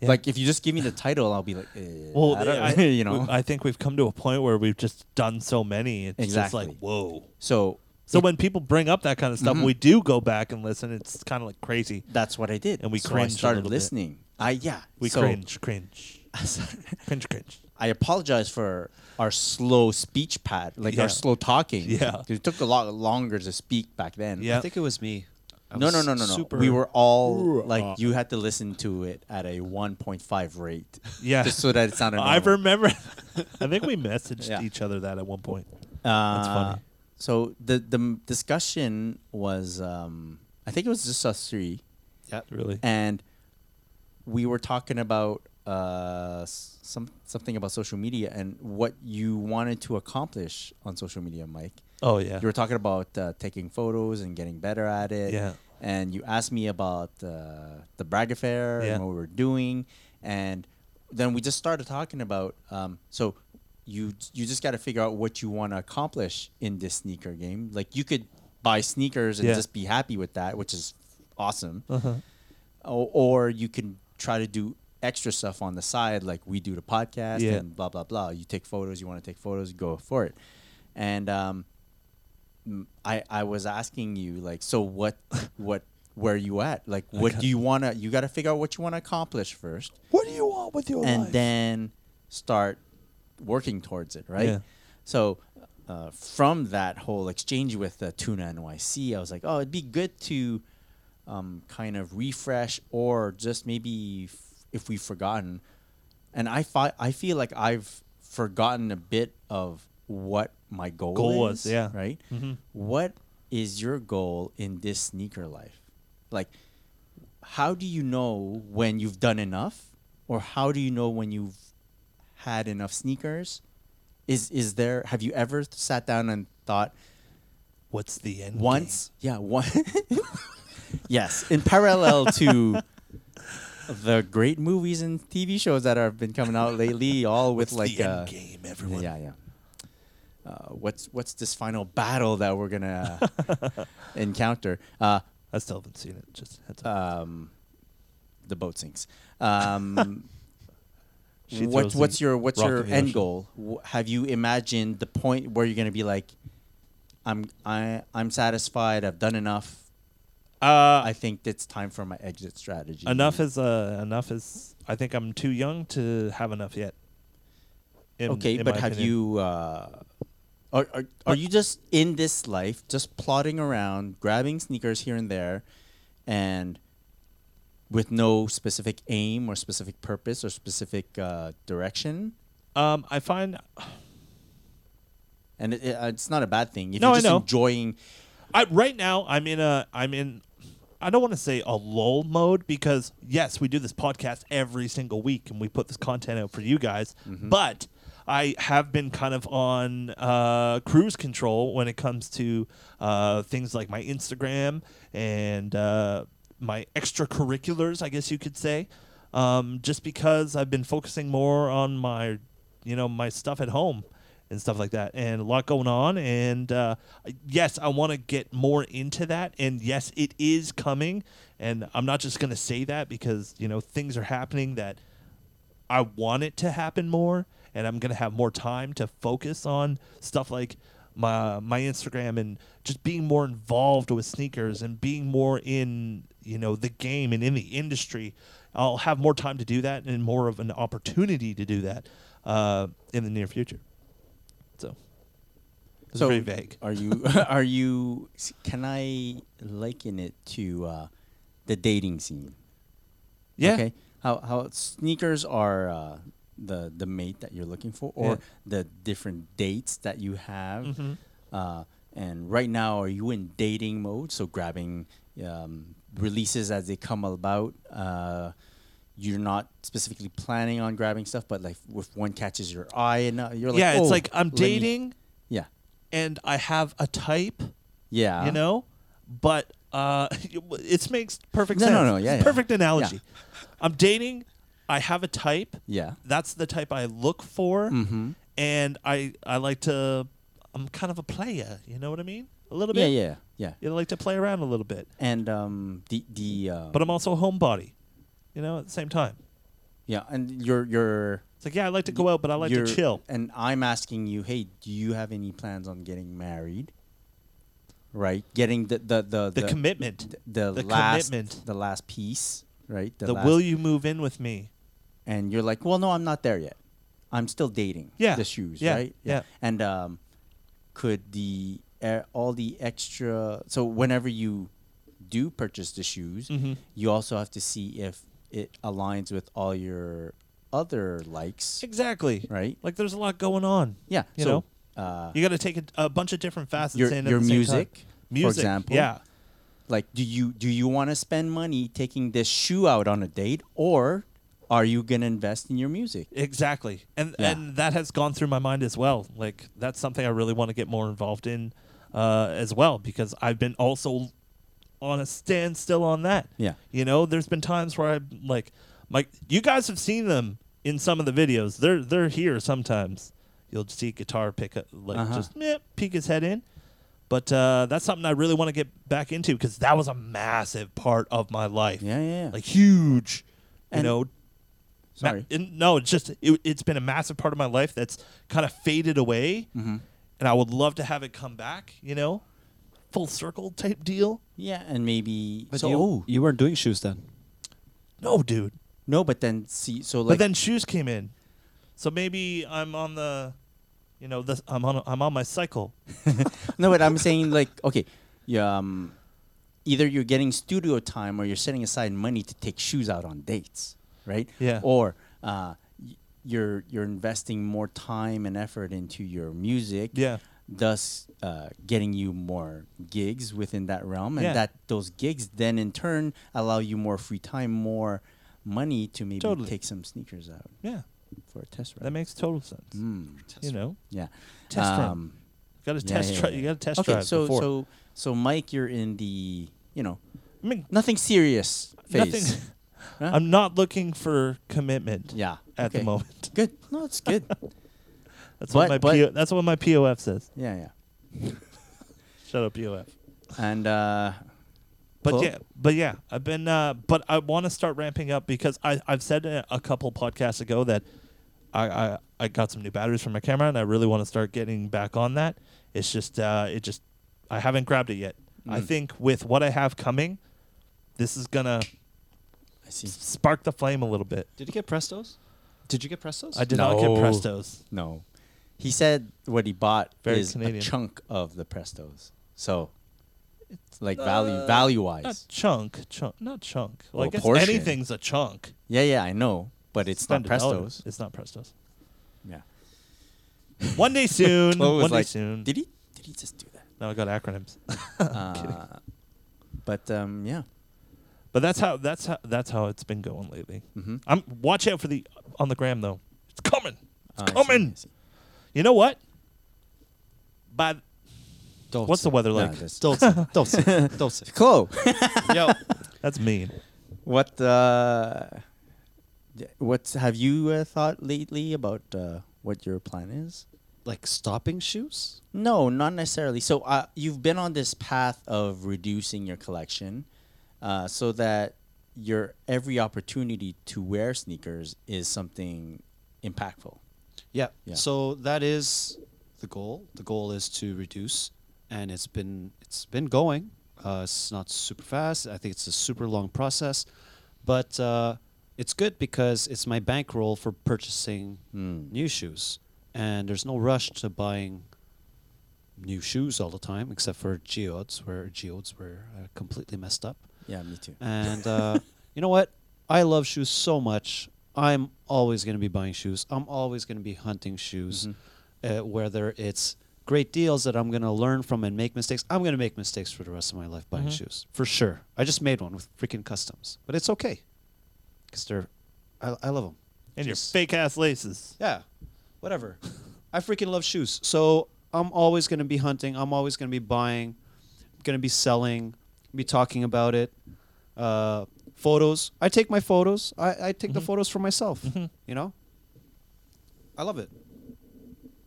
B: Yeah.
C: Like if you just give me the title, I'll be like, eh,
B: Well,
C: I don't,
B: I-
C: you know. [laughs]
B: I think we've come to a point where we've just done so many. It's just like
C: Exactly. Mm-hmm.
B: whoa.
C: so
B: So when people bring up that kind of stuff, we do go back and listen. It's kind of like crazy.
C: that's what I did.
B: And we
C: so I
B: cringe a
C: started
B: little bit.
C: listening. I yeah.
B: We
C: so
B: cringe, cringe, cringe, cringe.
C: [laughs] I [laughs] apologize for our slow speech pad, like
B: Yeah.
C: our slow talking.
B: Yeah.
C: it took a lot longer to speak back then.
B: Yeah.
D: I think it was me. I
C: No,
D: was
C: no, no, no, no.
D: Super
C: We were all like, you had to listen to it at a 1.5 rate.
B: Yeah.
C: [laughs] Just so that it sounded.
B: I
C: normal.
B: remember. [laughs] I think we messaged
C: Yeah. Uh,
B: each other that at one point.
C: That's
B: funny.
C: So the the m- discussion was, um, I think it was just us three,
D: Yeah.
B: Really?
C: and we were talking about uh, s- some something about social media and what you wanted to accomplish on social media, Mike.
B: Oh yeah.
C: You were talking about uh, taking photos and getting better at it.
B: Yeah.
C: And you asked me about uh, the Bragg affair
B: Yeah.
C: and what we were doing, and then we just started talking about. Um, so you you just got to figure out what you want to accomplish in this sneaker game. Like you could buy sneakers and
B: Yeah. Uh-huh.
C: just be happy with that, which is awesome. O- or you can try to do extra stuff on the side, like we do the podcast
B: Yeah.
C: and blah blah blah. You take photos, you want to take photos, go for it. And um, m- I I was asking you like, so what [laughs] what where are you at? Like, what do you wanna? You got to figure out what you want to accomplish first,
B: What do you want with your
C: and then start working towards it, right?
B: Yeah.
C: So. Uh, from that whole exchange with uh, Tuna NYC, I was like, oh, it'd be good to um, kind of refresh or just maybe f- if we've forgotten and i fi- i feel like i've forgotten a bit of what my goal,
B: Goal was,
C: is,
B: yeah. Mm-hmm.
C: right What is your goal in this sneaker life like how do you know when you've done enough or how do you know when you've had enough sneakers is is there have you ever sat down and thought
B: What's the end?
C: once yeah one [laughs] yes in parallel to the great movies and tv shows that have been coming out lately all with
B: What's
C: like
B: the
C: uh,
B: end game, everyone?
C: yeah yeah uh, what's what's this final battle that we're
B: [laughs]
C: gonna encounter uh,
B: I still haven't seen it. Just heads up.
C: um, the boat sinks um,
B: [laughs] She
C: what,
B: throws the
C: what's your what's
B: rock
C: your
B: in the
C: end
B: ocean.
C: goal? Wh- Have you imagined the point where you're gonna be like, I'm I I'm satisfied. I've done enough. Uh, I think it's time for my exit strategy.
B: enough is uh enough is. I think I'm too young to have enough yet. In-
C: okay,
B: in
C: but
B: my
C: have
B: opinion.
C: you? Uh, are, are are you just in this life, just plodding around, grabbing sneakers here and there, and with no specific aim or specific purpose or specific uh, direction?
B: Um, I find
C: And it, it, it's not a bad thing. If
B: No, I
C: you're just
B: know.
C: enjoying
B: I right now I'm in a I'm in I don't want to say a lull mode because yes, we do this podcast every single week and we put this content out for you guys, but I have been kind of on uh, cruise control when it comes to uh, things like my Instagram and uh, my extracurriculars, I guess you could say, um, just because I've been focusing more on my, you know, my stuff at home and stuff like that and a lot going on and uh, yes i want to get more into that and yes it is coming and i'm not just going to say that because you know things are happening that i want it to happen more and i'm going to have more time to focus on stuff like my my instagram and just being more involved with sneakers and being more in you know the game and in the industry i'll have more time to do that and more of an opportunity to do that uh, in the near future so it's very vague. [laughs]
C: Are you [laughs] are you s- can I liken it to uh, the dating scene?
B: Yeah.
C: Okay. How how sneakers are uh, the the mate that you're looking for or
B: Yeah. Mm-hmm.
C: the different dates that you have. Uh, And right now, are you in dating mode? So grabbing um, releases as they come about. Uh, you're not specifically planning on grabbing stuff, but like if one catches your eye, and uh, you're like,
B: yeah,
C: "Oh,
B: it's like I'm
C: let me-"
B: dating
C: Yeah,
B: and I have a type,
C: yeah.
B: you know, but uh, [laughs] it makes perfect
C: No,
B: sense.
C: no, no, yeah,
B: It's
C: yeah.
B: perfect analogy. I'm dating. I have a type.
C: Yeah. Mm-hmm.
B: that's the type I look for, and I I like to. I'm kind of a player. You know what I mean? A little
C: Yeah,
B: bit.
C: yeah, yeah.
B: You know, like to play around a little bit,
C: And um, the the uh,
B: but I'm also a homebody. You know, at the same time,
C: yeah, and your your
B: it's like yeah, I like to go out, but I like to
C: you're-
B: chill.
C: And I'm asking you, hey, do you have any plans on getting married? Right, getting the the the
B: The commitment.
C: the,
B: The
C: last
B: commitment.
C: the last piece, right?
B: The,
C: last-
B: will you move in with me?
C: and you're like, well, no, I'm not there yet. I'm still dating.
B: Yeah,
C: the shoes,
B: yeah,
C: right?
B: yeah.
C: And um, could the uh, all the extra? So whenever you do purchase the shoes,
B: Mm-hmm.
C: you also have to see if it aligns with all your other likes.
B: Exactly.
C: Right.
B: Like there's a lot going on.
C: Yeah.
B: You
C: so,
B: know.
C: uh,
B: You got to take a, a bunch of different facets
C: your
B: in. at
C: your
B: the same time.
C: music,
B: music,
C: for example.
B: Yeah.
C: Like, do you do you want to spend money taking this shoe out on a date, or are you gonna invest in your music?
B: Exactly. And
C: Yeah.
B: and that has gone through my mind as well. Like that's something I really want to get more involved in uh, as well because I've been also on a standstill on that.
C: Yeah.
B: You know, there's been times where I'm like my you guys have seen them in some of the videos. They're they're here sometimes. You'll see guitar pick up like
C: Uh-huh.
B: just meh, peek his head in. But uh, that's something I really want to get back into because that was a massive part of my life.
C: Yeah, yeah, yeah.
B: Like huge. You
C: And-
B: know, Ma-
C: Sorry.
B: in- no, it's just it, it's been a massive part of my life that's kind of faded away,
C: Mm-hmm.
B: and I would love to have it come back. You know, full circle type deal.
C: Yeah, and maybe
D: But
C: so.
D: you,
C: oh,
D: you weren't doing shoes then.
B: No, dude.
C: No, but then see, so like,
B: but then shoes came in, so maybe I'm on the, you know, the, I'm on I'm on my cycle.
C: no, but I'm saying like, okay, yeah, um, either you're getting studio time or you're setting aside money to take shoes out on dates, right?
B: Yeah.
C: Or uh, y- you're you're investing more time and effort into your music.
B: Yeah.
C: Thus, uh, getting you more gigs within that realm, and
B: Yeah.
C: that those gigs then in turn allow you more free time, more money to maybe
B: Totally.
C: take some sneakers out
B: Yeah,
C: for a test
B: that
C: ride.
B: makes total sense.
C: Mm,
B: You know,
C: yeah. Um,
B: Test run. got to
C: Yeah,
B: test
C: yeah,
B: drive.
C: yeah.
B: You got to test
C: okay,
B: drive
C: so,
B: before.
C: So, so Mike, you're in the you know
B: I mean,
C: nothing serious phase.
B: nothing.
C: [laughs]
B: [laughs]
C: Huh?
B: I'm not looking for commitment.
C: yeah.
B: at the
C: okay.
B: moment. [laughs]
C: Good. No, it's good.
B: That's
C: But-
B: what my
C: but-
B: PO, that's what my POF says.
C: yeah, yeah.
B: Shut up, POF.
C: And uh,
B: But
C: Cool.
B: yeah, but yeah, I've been. Uh, but I want to start ramping up because I I've said in a couple podcasts ago that I I, I got some new batteries for my camera and I really want to start getting back on that. It's just uh, it just I haven't grabbed it yet. I
C: Mm.
B: think with what I have coming, this is gonna
C: I see.
B: spark the flame a little bit.
D: Did you get Prestos? Did you get Prestos?
B: I did not get
C: No.
B: Prestos.
C: No, he said what he bought
B: Very
C: is a
B: Canadian.
C: chunk of the Prestos. So, like value value
B: Uh, Not
C: wise.
B: chunk, chunk, not chunk.
C: Well,
B: Like I guess
C: portion.
B: anything's a chunk.
C: Yeah, yeah, I know, but it's not
B: $100.
C: Prestos.
B: It's not Prestos.
C: Yeah.
B: One day
C: [laughs]
B: soon.
C: Chloe
B: one
C: was
B: day
C: like,
B: soon.
C: Did he? Did he just do
B: [laughs]
C: that?
B: No, I got acronyms.
C: uh, but um, yeah.
B: But that's how that's how that's how it's been going lately.
C: Mhm.
B: I'm watch out for the on the gram though. It's coming. It's
C: Uh, I see,
B: coming.
C: I see.
B: You know what? By th- [laughs]
D: Don't
B: what's the
D: say-
B: weather
C: Nah,
B: like?
C: that's-
D: Don't say. Don't say.
C: [laughs]
D: Don't say.
C: Chloe.
D: Yo.
B: that's mean.
C: What uh, d- what's have you uh, thought lately about uh, what your plan is?
D: Like stopping shoes?
C: No, not necessarily. So uh, you've been on this path of reducing your collection, uh, so that your every opportunity to wear sneakers is something impactful.
D: Yeah.
C: Yeah.
D: So that is the goal. The goal is to reduce, and it's been it's been going. Uh, it's not super fast. I think it's a super long process, but uh, it's good because it's my bankroll for purchasing new shoes, and there's no rush to buying new shoes all the time, except for geodes, where geodes were uh, completely messed up.
C: Yeah, me too.
D: And uh, [laughs] you know what? I love shoes so much. I'm
B: Mm-hmm.
D: always going to be buying shoes. I'm always going to be hunting shoes, uh, whether it's great deals that I'm going to learn from and make mistakes. I'm going to make mistakes for the rest of my life buying
B: Mm-hmm.
D: shoes, for sure. I just made one with freaking customs, but it's okay because they're, I, I love them.
B: And your fake ass laces.
D: Yeah, whatever. I freaking love shoes. So I'm always going to be hunting. I'm always going to be buying, going to be selling, be talking about it. Uh, photos. I take my photos. I, I take the photos for myself, you know? I love it.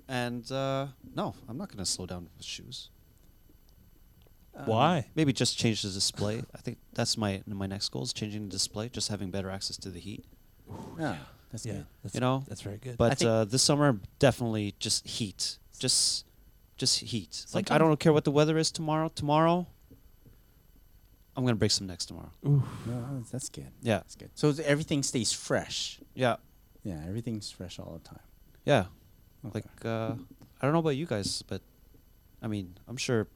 D: And uh, no, I'm not going to slow down with shoes. Um,
B: Why?
D: Maybe just change the display. I think that's my my next goal is changing the display, just having better access to the heat.
C: Yeah, that's
B: Yeah,
C: good.
B: that's,
D: you know,
B: that's very good.
C: I
D: But
C: think-
D: uh, this summer, definitely just heat, just just heat. like I
B: Sometime-
D: don't care what the weather is tomorrow. Tomorrow, I'm gonna break some necks tomorrow.
C: No, that's good.
D: Yeah,
C: That's good. So th- everything stays fresh.
D: yeah,
C: Yeah, everything's fresh all the time.
D: yeah.
C: Okay.
D: Like uh, I don't know about you guys, but I mean, I'm sure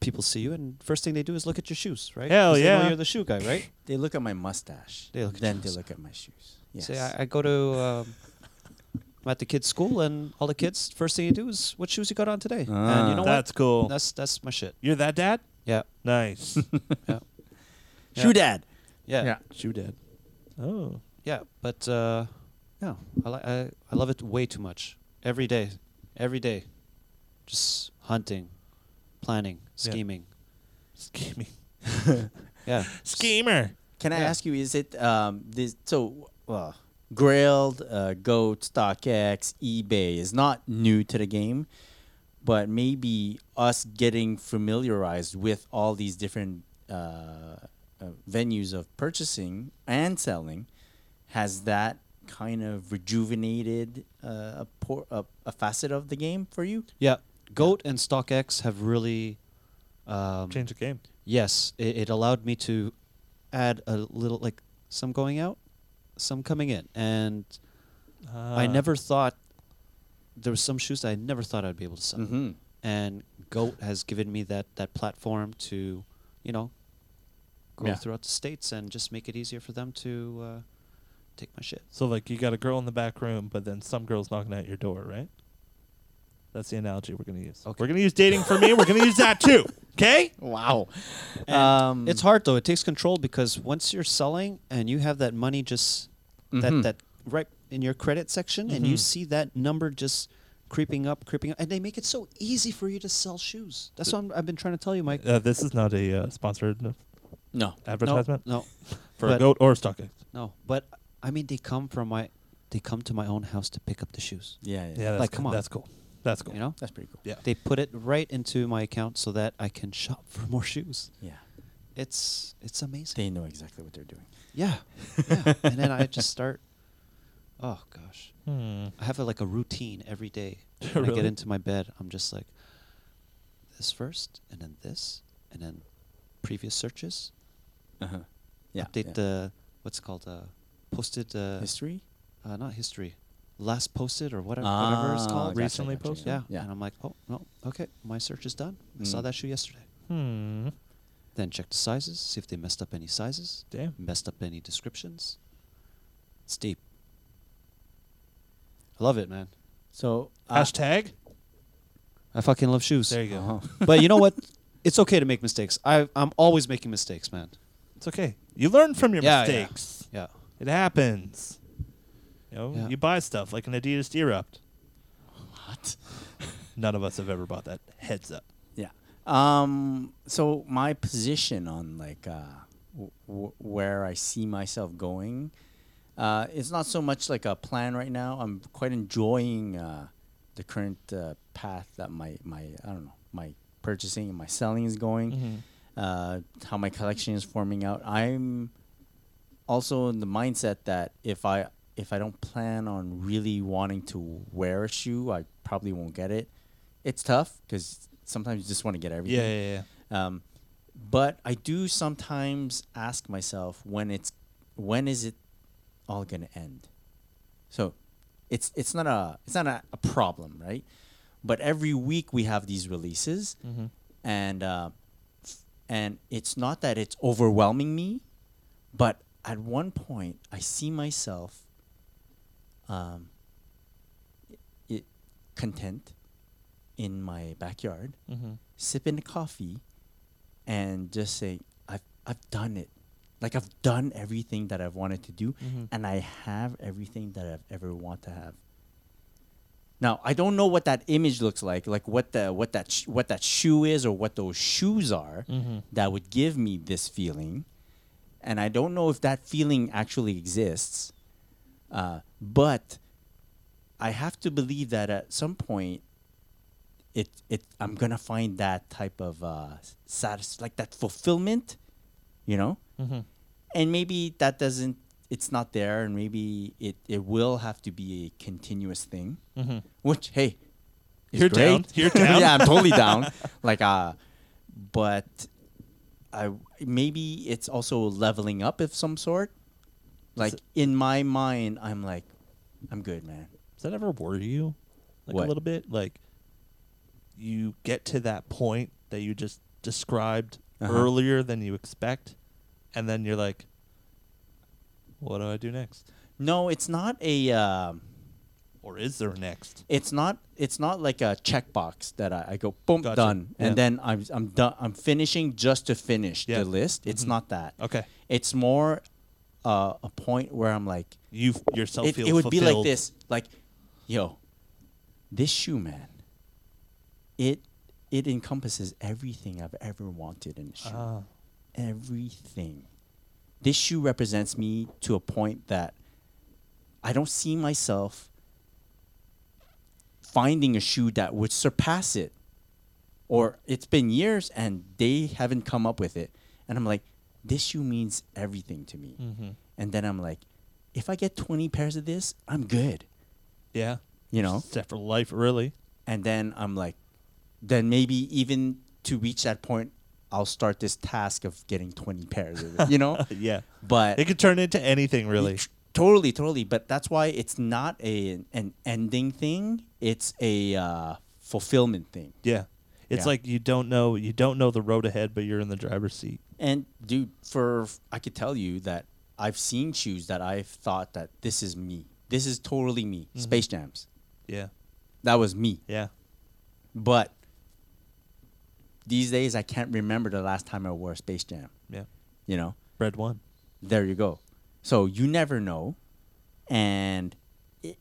D: people see you and first thing they do is look at your shoes, right?
B: Hell
D: 'Cause they know
B: yeah.
D: you're the shoe guy, right?
C: They look at my mustache.
D: They look at
C: then
D: your
C: they
D: mustache.
C: look at my shoes. Yes.
D: Say I, I go to. Um, I'm at the kids' school, and all the kids first thing you do is what shoes you got on today. and
C: Ah.
D: you know
B: That's
D: what?
B: cool.
D: That's that's my shit.
B: You're that dad?
D: Yeah,
B: Nice.
D: yeah,
C: Shoe dad.
D: yeah.
C: Shoe dad.
B: oh.
D: Yeah, but uh, no, I, li- I I love it way too much. Every day, every day, just hunting, planning, scheming.
B: Scheming.
D: Yeah,
B: Schemer.
C: Can I
D: Yeah.
C: ask you? Is it um this so? Uh, Grailed, uh, Goat, StockX, eBay is not new to the game, but maybe us getting familiarized with all these different uh, uh, venues of purchasing and selling has that kind of rejuvenated uh, a, por- a, a facet of the game for you.
D: yeah. Goat and StockX have really, um,
B: Change the game.
D: yes, it, it allowed me to add a little like some going out, some coming in, and I
B: Ah.
D: never thought there was some shoes that I never thought I'd be able to sell.
C: Mhm.
D: And Goat has given me that that platform to, you know, go
C: Yeah.
D: throughout the states and just make it easier for them to uh, take my shit.
B: So like you got a girl in the back room, but then some girl's knocking at your door, right? That's the analogy we're gonna use.
D: Okay.
B: We're gonna use dating for me. We're gonna use that
D: [laughs]
B: too. Okay.
C: Wow,
D: And
C: um,
D: it's hard though. It takes control because once you're selling and you have that money just
C: Mhm.
B: Mm-hmm.
D: that that right in your credit section and you see that number just creeping up, creeping up, and they make it so easy for you to sell shoes. That's what I'm, I've been trying to tell you, Mike.
B: Uh, this is not a uh, sponsored uh,
C: no.
B: advertisement
D: No, no.
B: for a
D: but-
B: goat or a stockings.
D: No, but I mean, they come from my, they come to my own house to pick up the shoes.
C: Yeah, yeah,
B: Yeah, that's
D: Like,
B: cool.
D: come on.
B: That's cool. That's cool.
D: You know,
C: that's pretty cool.
B: Yeah.
D: they put it right into my account so that I can [laughs] shop for more shoes.
C: Yeah,
D: It's it's amazing.
C: they know exactly what they're doing.
D: yeah, yeah. and then I just start. Oh gosh,
B: Hmm.
D: I have a, like a routine every
C: [laughs]
D: day. When I get
B: Really?
D: into my bed, I'm just like, this first, and then this, and then previous searches.
C: [laughs] Uh-huh. Yeah.
D: update
C: yeah.
D: the what's it called uh, posted uh,
C: history.
D: uh, not history, last posted or whatever, whatever it's
C: Ah,
D: called.
C: gotcha,
B: Recently
C: gotcha,
B: posted?
D: Yeah.
C: Yeah.
D: And I'm like, oh, no, okay, my search is done. I saw
C: Mm.
D: that shoe yesterday.
B: Hmm.
D: Then check the sizes, see if they messed up any sizes,
B: Damn.
D: messed up any descriptions. It's deep. I love it, man.
C: So uh,
B: Hashtag.
D: I fucking love shoes.
B: There you go.
C: uh-huh.
D: but you know what? It's okay to make mistakes. I, I'm always making mistakes, man.
B: It's okay. You learn from your
D: Yeah, yeah.
B: mistakes.
D: Yeah.
B: It happens. You know,
D: Yeah.
B: you buy stuff like an Adidas Erupt.
C: [laughs] What?
B: None of us have ever bought that. Heads up.
C: Yeah. Um. So my position on like uh, w- w- where I see myself going, uh, it's not so much like a plan right now. I'm quite enjoying uh, the current uh, path that my my I don't know my purchasing and my selling is going. uh, how my collection is forming out. I'm also in the mindset that if I if I don't plan on really wanting to wear a shoe, I probably won't get it. It's tough because sometimes you just want to get everything.
B: Yeah, yeah, yeah.
C: Um, but I do sometimes ask myself when it's when is it all gonna end? So it's it's not a it's not a, a problem, right? But every week we have these releases, and uh, f- and it's not that it's overwhelming me, but at one point I see myself um, i- content in my backyard, sipping coffee, and just saying, "I've I've done it." Like I've done everything that I've wanted to do, and I have everything that I've ever want to have. Now I don't know what that image looks like, like what the what that sh- what that shoe is or what those shoes are that would give me this feeling, and I don't know if that feeling actually exists. Uh, but I have to believe that at some point, it it I'm gonna find that type of uh, satis- like that fulfillment, you know,
B: Mm-hmm.
C: and maybe that doesn't it's not there, and maybe it it will have to be a continuous thing, which hey, is
B: You're
C: great.
B: down. Mm-hmm. You're down.
C: [laughs] yeah, I'm
B: [laughs]
C: totally down. Like uh, but I maybe it's also leveling up of some sort. Like in my mind, I'm like, I'm good, man.
B: Does that ever worry you? Like
C: What?
B: a little bit? Like you get to that point that you just described
C: Uh-huh.
B: earlier than you expect, and then you're like, What do I do next?
C: No, it's not a. um
B: Or is there next?
C: it's not. It's not like a checkbox that I, I go boom
B: Gotcha.
C: done,
B: Yeah.
C: and then I'm I'm done. I'm finishing just to finish
B: Yeah. Mm-hmm.
C: the list. It's not that.
B: Okay.
C: It's more uh, a point where I'm like,
B: You f- yourself
C: it,
B: feel
C: it would be like
B: fulfilled.
C: this like yo this shoe man it it encompasses everything i've ever wanted in a shoe
B: Ah.
C: everything this shoe represents me to a point that i don't see myself finding a shoe that would surpass it or it's been years and they haven't come up with it and i'm like this shoe means everything to me
B: Mm-hmm.
C: and then i'm like if i get 20 pairs of this i'm good
B: Yeah.
C: you know
B: Except for life, really.
C: and then i'm like then maybe even to reach that point i'll start this task of getting 20 pairs of it you know
B: [laughs] Yeah.
C: but
B: It could turn into anything, really.
C: Totally, totally. But that's why it's not a an ending thing. It's a uh, fulfillment thing.
B: Yeah. It's
C: Yeah.
B: like you don't know you don't know the road ahead, but you're in the driver's seat.
C: And dude, for I could tell you that I've seen shoes that I've thought that this is me. This is totally me.
B: Mm-hmm.
C: Space Jams.
B: Yeah.
C: That was me.
B: Yeah.
C: But these days, I can't remember the last time I wore a Space Jam.
B: Yeah.
C: You know.
B: Red one.
C: there you go. So you never know, and it,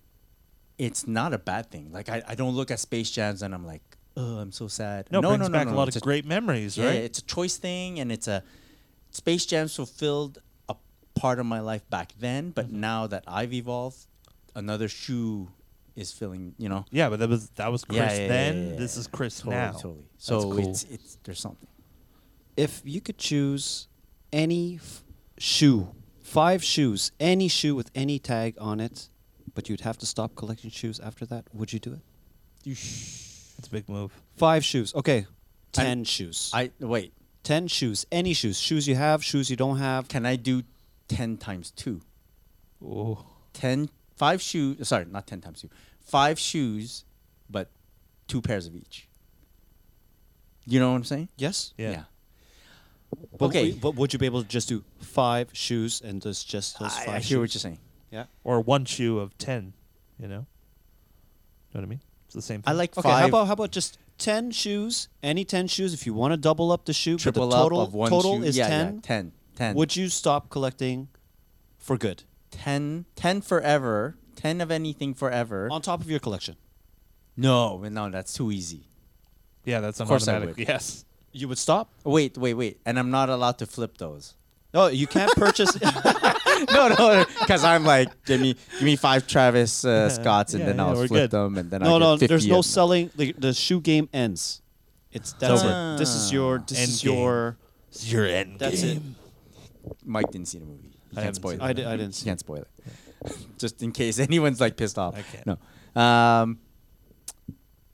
C: it's not a bad thing. Like I, I don't look at Space Jams and I'm like, oh, I'm so sad.
B: No, brings back a lot
C: It's
B: of great memories,
C: yeah,
B: right?
C: it's a choice thing, and it's a Space Jams fulfilled a part of my life back then, but now that I've evolved, another shoe is filling. You know,
B: Yeah, but that was that was Chris
C: Yeah, yeah, yeah,
B: then.
C: yeah,
B: This
C: yeah.
B: is Chris
C: totally,
B: now.
C: totally. So
D: cool.
C: it's it's there's something.
D: If you could choose any f- shoe, five shoes, any shoe with any tag on it, but you'd have to stop collecting shoes after that, would you do it?
B: It's a big move.
D: Five shoes. Okay. Ten shoes.
C: I wait.
D: Ten shoes. Any shoes. Shoes you have, shoes you don't have.
C: Can I do ten times two?
B: Oh,
C: 10 five shoes sorry not 10 times two five shoes but two pairs of each you know what i'm saying
D: Yes?
B: Yeah.
D: But
C: Okay.
D: w- But would you be able to just do five shoes and there's just those
C: I,
D: five
C: I hear what
D: shoes?
C: you're saying
D: Yeah.
B: or one shoe of ten. You know, know what I mean? It's the same. Thing.
C: i like
D: Okay,
C: five
D: how about how about just ten shoes? Any ten shoes if you want to double up the shoe,
C: triple
D: but the total
C: up of one
D: total
C: shoe.
D: is
C: yeah,
D: ten.
C: yeah, 10 10
D: Would you stop collecting for good
C: 10 10 forever 10 of anything forever
D: on top of your collection?
C: no no that's too easy
B: yeah, that's an
C: course I
B: automatic.
C: would.
B: Yes,
D: You would stop?
C: wait wait wait and i'm not allowed to flip those [laughs]
D: No, you can't purchase.
C: no no [laughs] because i'm like give me give me five travis uh, scotts and
B: Yeah,
C: then
B: yeah,
C: i'll
B: we're
C: flip
B: good.
C: them and then
D: no,
C: I'll
D: no.
C: get 50
D: There's no
C: of them.
D: selling. The, the shoe game ends. It's that's
B: over.
D: it. This is your. This
B: End
D: is
B: game.
D: your.
B: it's your end
D: That's
B: game.
C: Mike didn't see the movie. You can't
B: haven't
C: spoil
B: seen
C: it.
B: it.
D: I, di- I didn't.
C: You
D: See.
C: can't spoil it. [laughs] Just in case anyone's like pissed off.
B: I can't.
C: No. Um,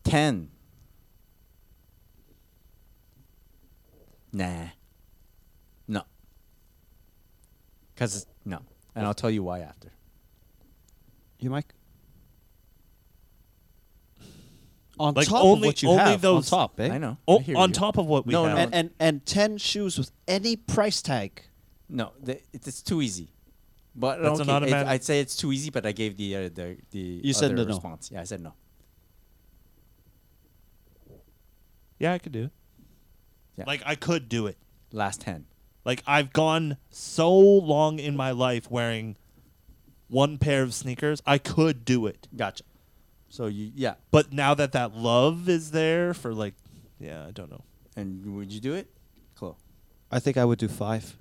C: ten. Nah. No. Cause no, and I'll tell you why after.
D: You, Mike. On
B: Like,
D: top
B: only-
D: of what you
B: only
D: have,
B: those-
D: on top, eh?
C: I know.
B: Oh,
C: I hear
B: on
C: you.
B: top of what we
C: No,
B: have,
C: no,
D: And, and and ten shoes with any price tag.
C: No, th- it- it's too easy. But
B: That's an
C: okay, it-
B: automatic-
C: I'd say it's too easy. But I gave the uh, the the
D: You said
C: other
D: no, no.
C: response. Yeah, I said no.
B: Yeah, I could do it.
C: Yeah.
B: Like I could do it.
C: Last hand.
B: Like I've gone so long in my life wearing one pair of sneakers, I could do it.
C: Gotcha. So you yeah,
B: But now that that love is there for like, yeah, I don't know.
C: and would you do it, Chloe?
D: I think I would do five.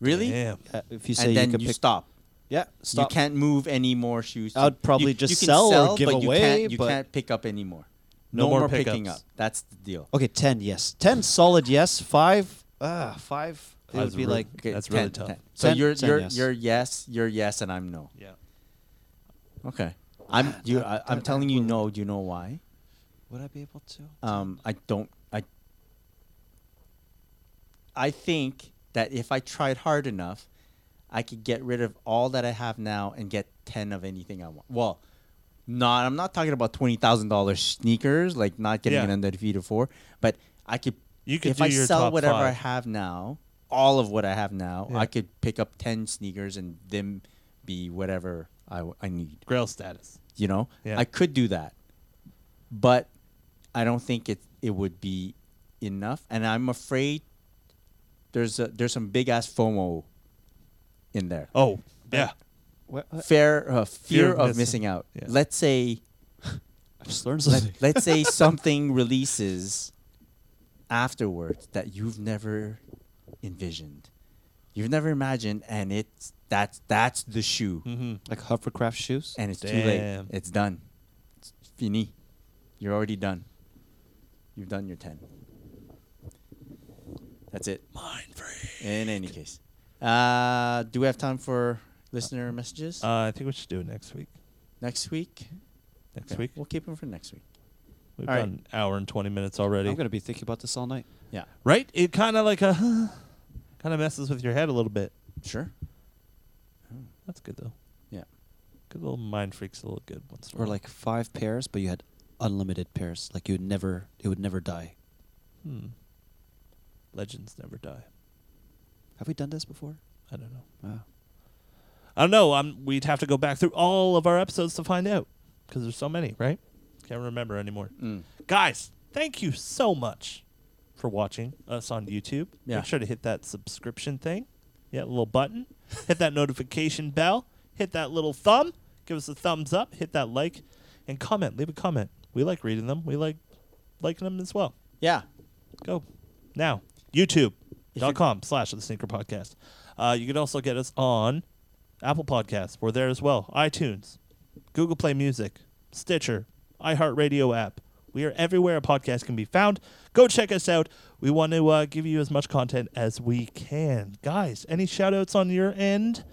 C: Really?
B: Damn.
D: Uh, if you say
C: And
D: you
C: then you,
D: could pick,
C: stop.
D: yeah, stop.
C: You can't move any more shoes.
D: I would probably
C: you,
D: just
C: you can
D: sell or
C: sell
D: give
C: but You
D: away,
C: can't, you
D: but-
C: can't pick up anymore.
B: No
C: No,
B: more
C: more, picking
B: pickups.
C: up. That's the deal.
D: Okay, ten. Yes, ten. Solid. Yes, five. Uh, five. It
B: Five's
D: would be
B: rude.
D: like uh,
B: Okay, that's really tough.
C: So
D: Ten-
C: you're
D: ten
C: you're
D: yes.
C: you're yes, you're yes, and I'm no.
B: Yeah.
C: Okay. I'm
D: [sighs]
C: you. I, I'm telling you no. Do you know why?
D: Would I be able to?
C: Um, I don't. I. I think that if I tried hard enough, I could get rid of all that I have now and get ten of anything I want. Well, not. I'm not talking about twenty thousand dollars sneakers, like not getting
B: Yeah.
C: it under the feet of four. But I could.
B: You could
C: if
B: do
C: I
B: your
C: sell
B: top
C: whatever I
B: five.
C: have now, all of what I have now,
B: Yeah.
C: I could pick up ten sneakers and them be whatever I, w- I need
B: Grail status.
C: you know
B: Yeah.
C: i could do that but i don't think it it would be enough and i'm afraid there's a, there's some big ass fomo in there
B: Oh, yeah.
C: fair uh, fear,
B: Fear of
C: of
B: missing-
C: missing, out
B: yeah. [laughs]
C: let's say
D: I just learned something.
C: let, let's say something releases afterwards that you've never envisioned you've never imagined and it's that's that's the shoe
B: Mm-hmm.
D: Hmm. like hovercraft shoes.
C: and it's too late.
B: Damn.
C: It's done. It's fini. You're already done. You've done your ten. That's it.
B: Mind free.
C: In any case, uh, do we have time for listener messages
B: Uh, I think we should do it next week.
C: next week?
B: Next
C: Okay,
B: week.
C: we'll keep them for next week.
B: We've
C: all
B: done
C: right.
B: an hour and twenty minutes already.
D: I'm gonna be thinking about this all night.
C: Yeah,
B: right? It kind of like a [laughs] kind of messes with your head a little bit.
C: sure.
B: That's good though.
C: Yeah,
B: Good little mind freaks a little good once. in a
D: Or
B: while.
D: like five pairs, but you had unlimited pairs. Like you'd never, it would never die.
B: hmm. legends never die.
D: Have we done this before? Uh,
B: I don't know.
D: Wow.
B: I don't know. I'm, we'd have to go back through all of our episodes to find out because there's so many, right? Can't remember anymore.
C: Mm.
B: Guys, thank you so much for watching us on YouTube.
C: Yeah.
B: Make sure to hit that subscription thing. Yeah, little button. hit that notification bell. Hit that little thumb. Give us a thumbs up. Hit that like and comment. Leave a comment. We like reading them. We like liking them as well
C: yeah.
B: go now youtube.com slash the sneaker podcast uh, you can also get us on apple podcasts we're there as well itunes google play music stitcher iheartradio app we are everywhere a podcast can be found go check us out we want to uh, give you as much content as we can guys any shout outs on your end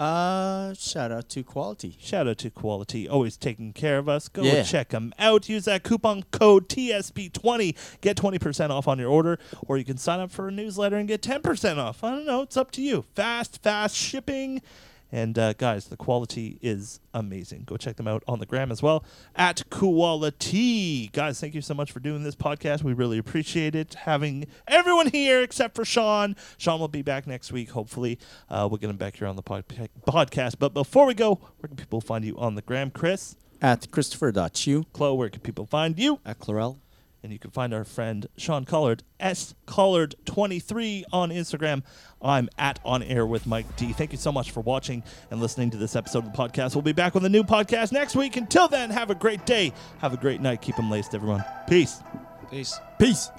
C: Uh, shout out to quality.
B: Shout out to Quality, always taking care of us. Go
C: Yeah.
B: and check them out. Use that coupon code TSP20. Get 20% off on your order, or you can sign up for a newsletter and get 10% off. I don't know. It's up to you. Fast, fast shipping. And uh, guys, the quality is amazing. Go check them out on the gram as well at Quality. Guys, thank you so much for doing this podcast. We really appreciate it. Having everyone here except for Sean. Sean will be back next week, hopefully. Uh, we'll get him back here on the podca- podcast. But before we go, where can people find you on the gram, Chris?
C: At Christopher.chu.
B: Chloe, where can people find you?
D: At Chlorel.
B: And you can find our friend Sean Collard, S Collard23 on Instagram. I'm at On Air with Mike D. Thank you so much for watching and listening to this episode of the podcast. We'll be back with a new podcast next week. Until then, have a great day. Have a great night. Keep them laced, everyone. Peace.
D: Peace.
C: Peace.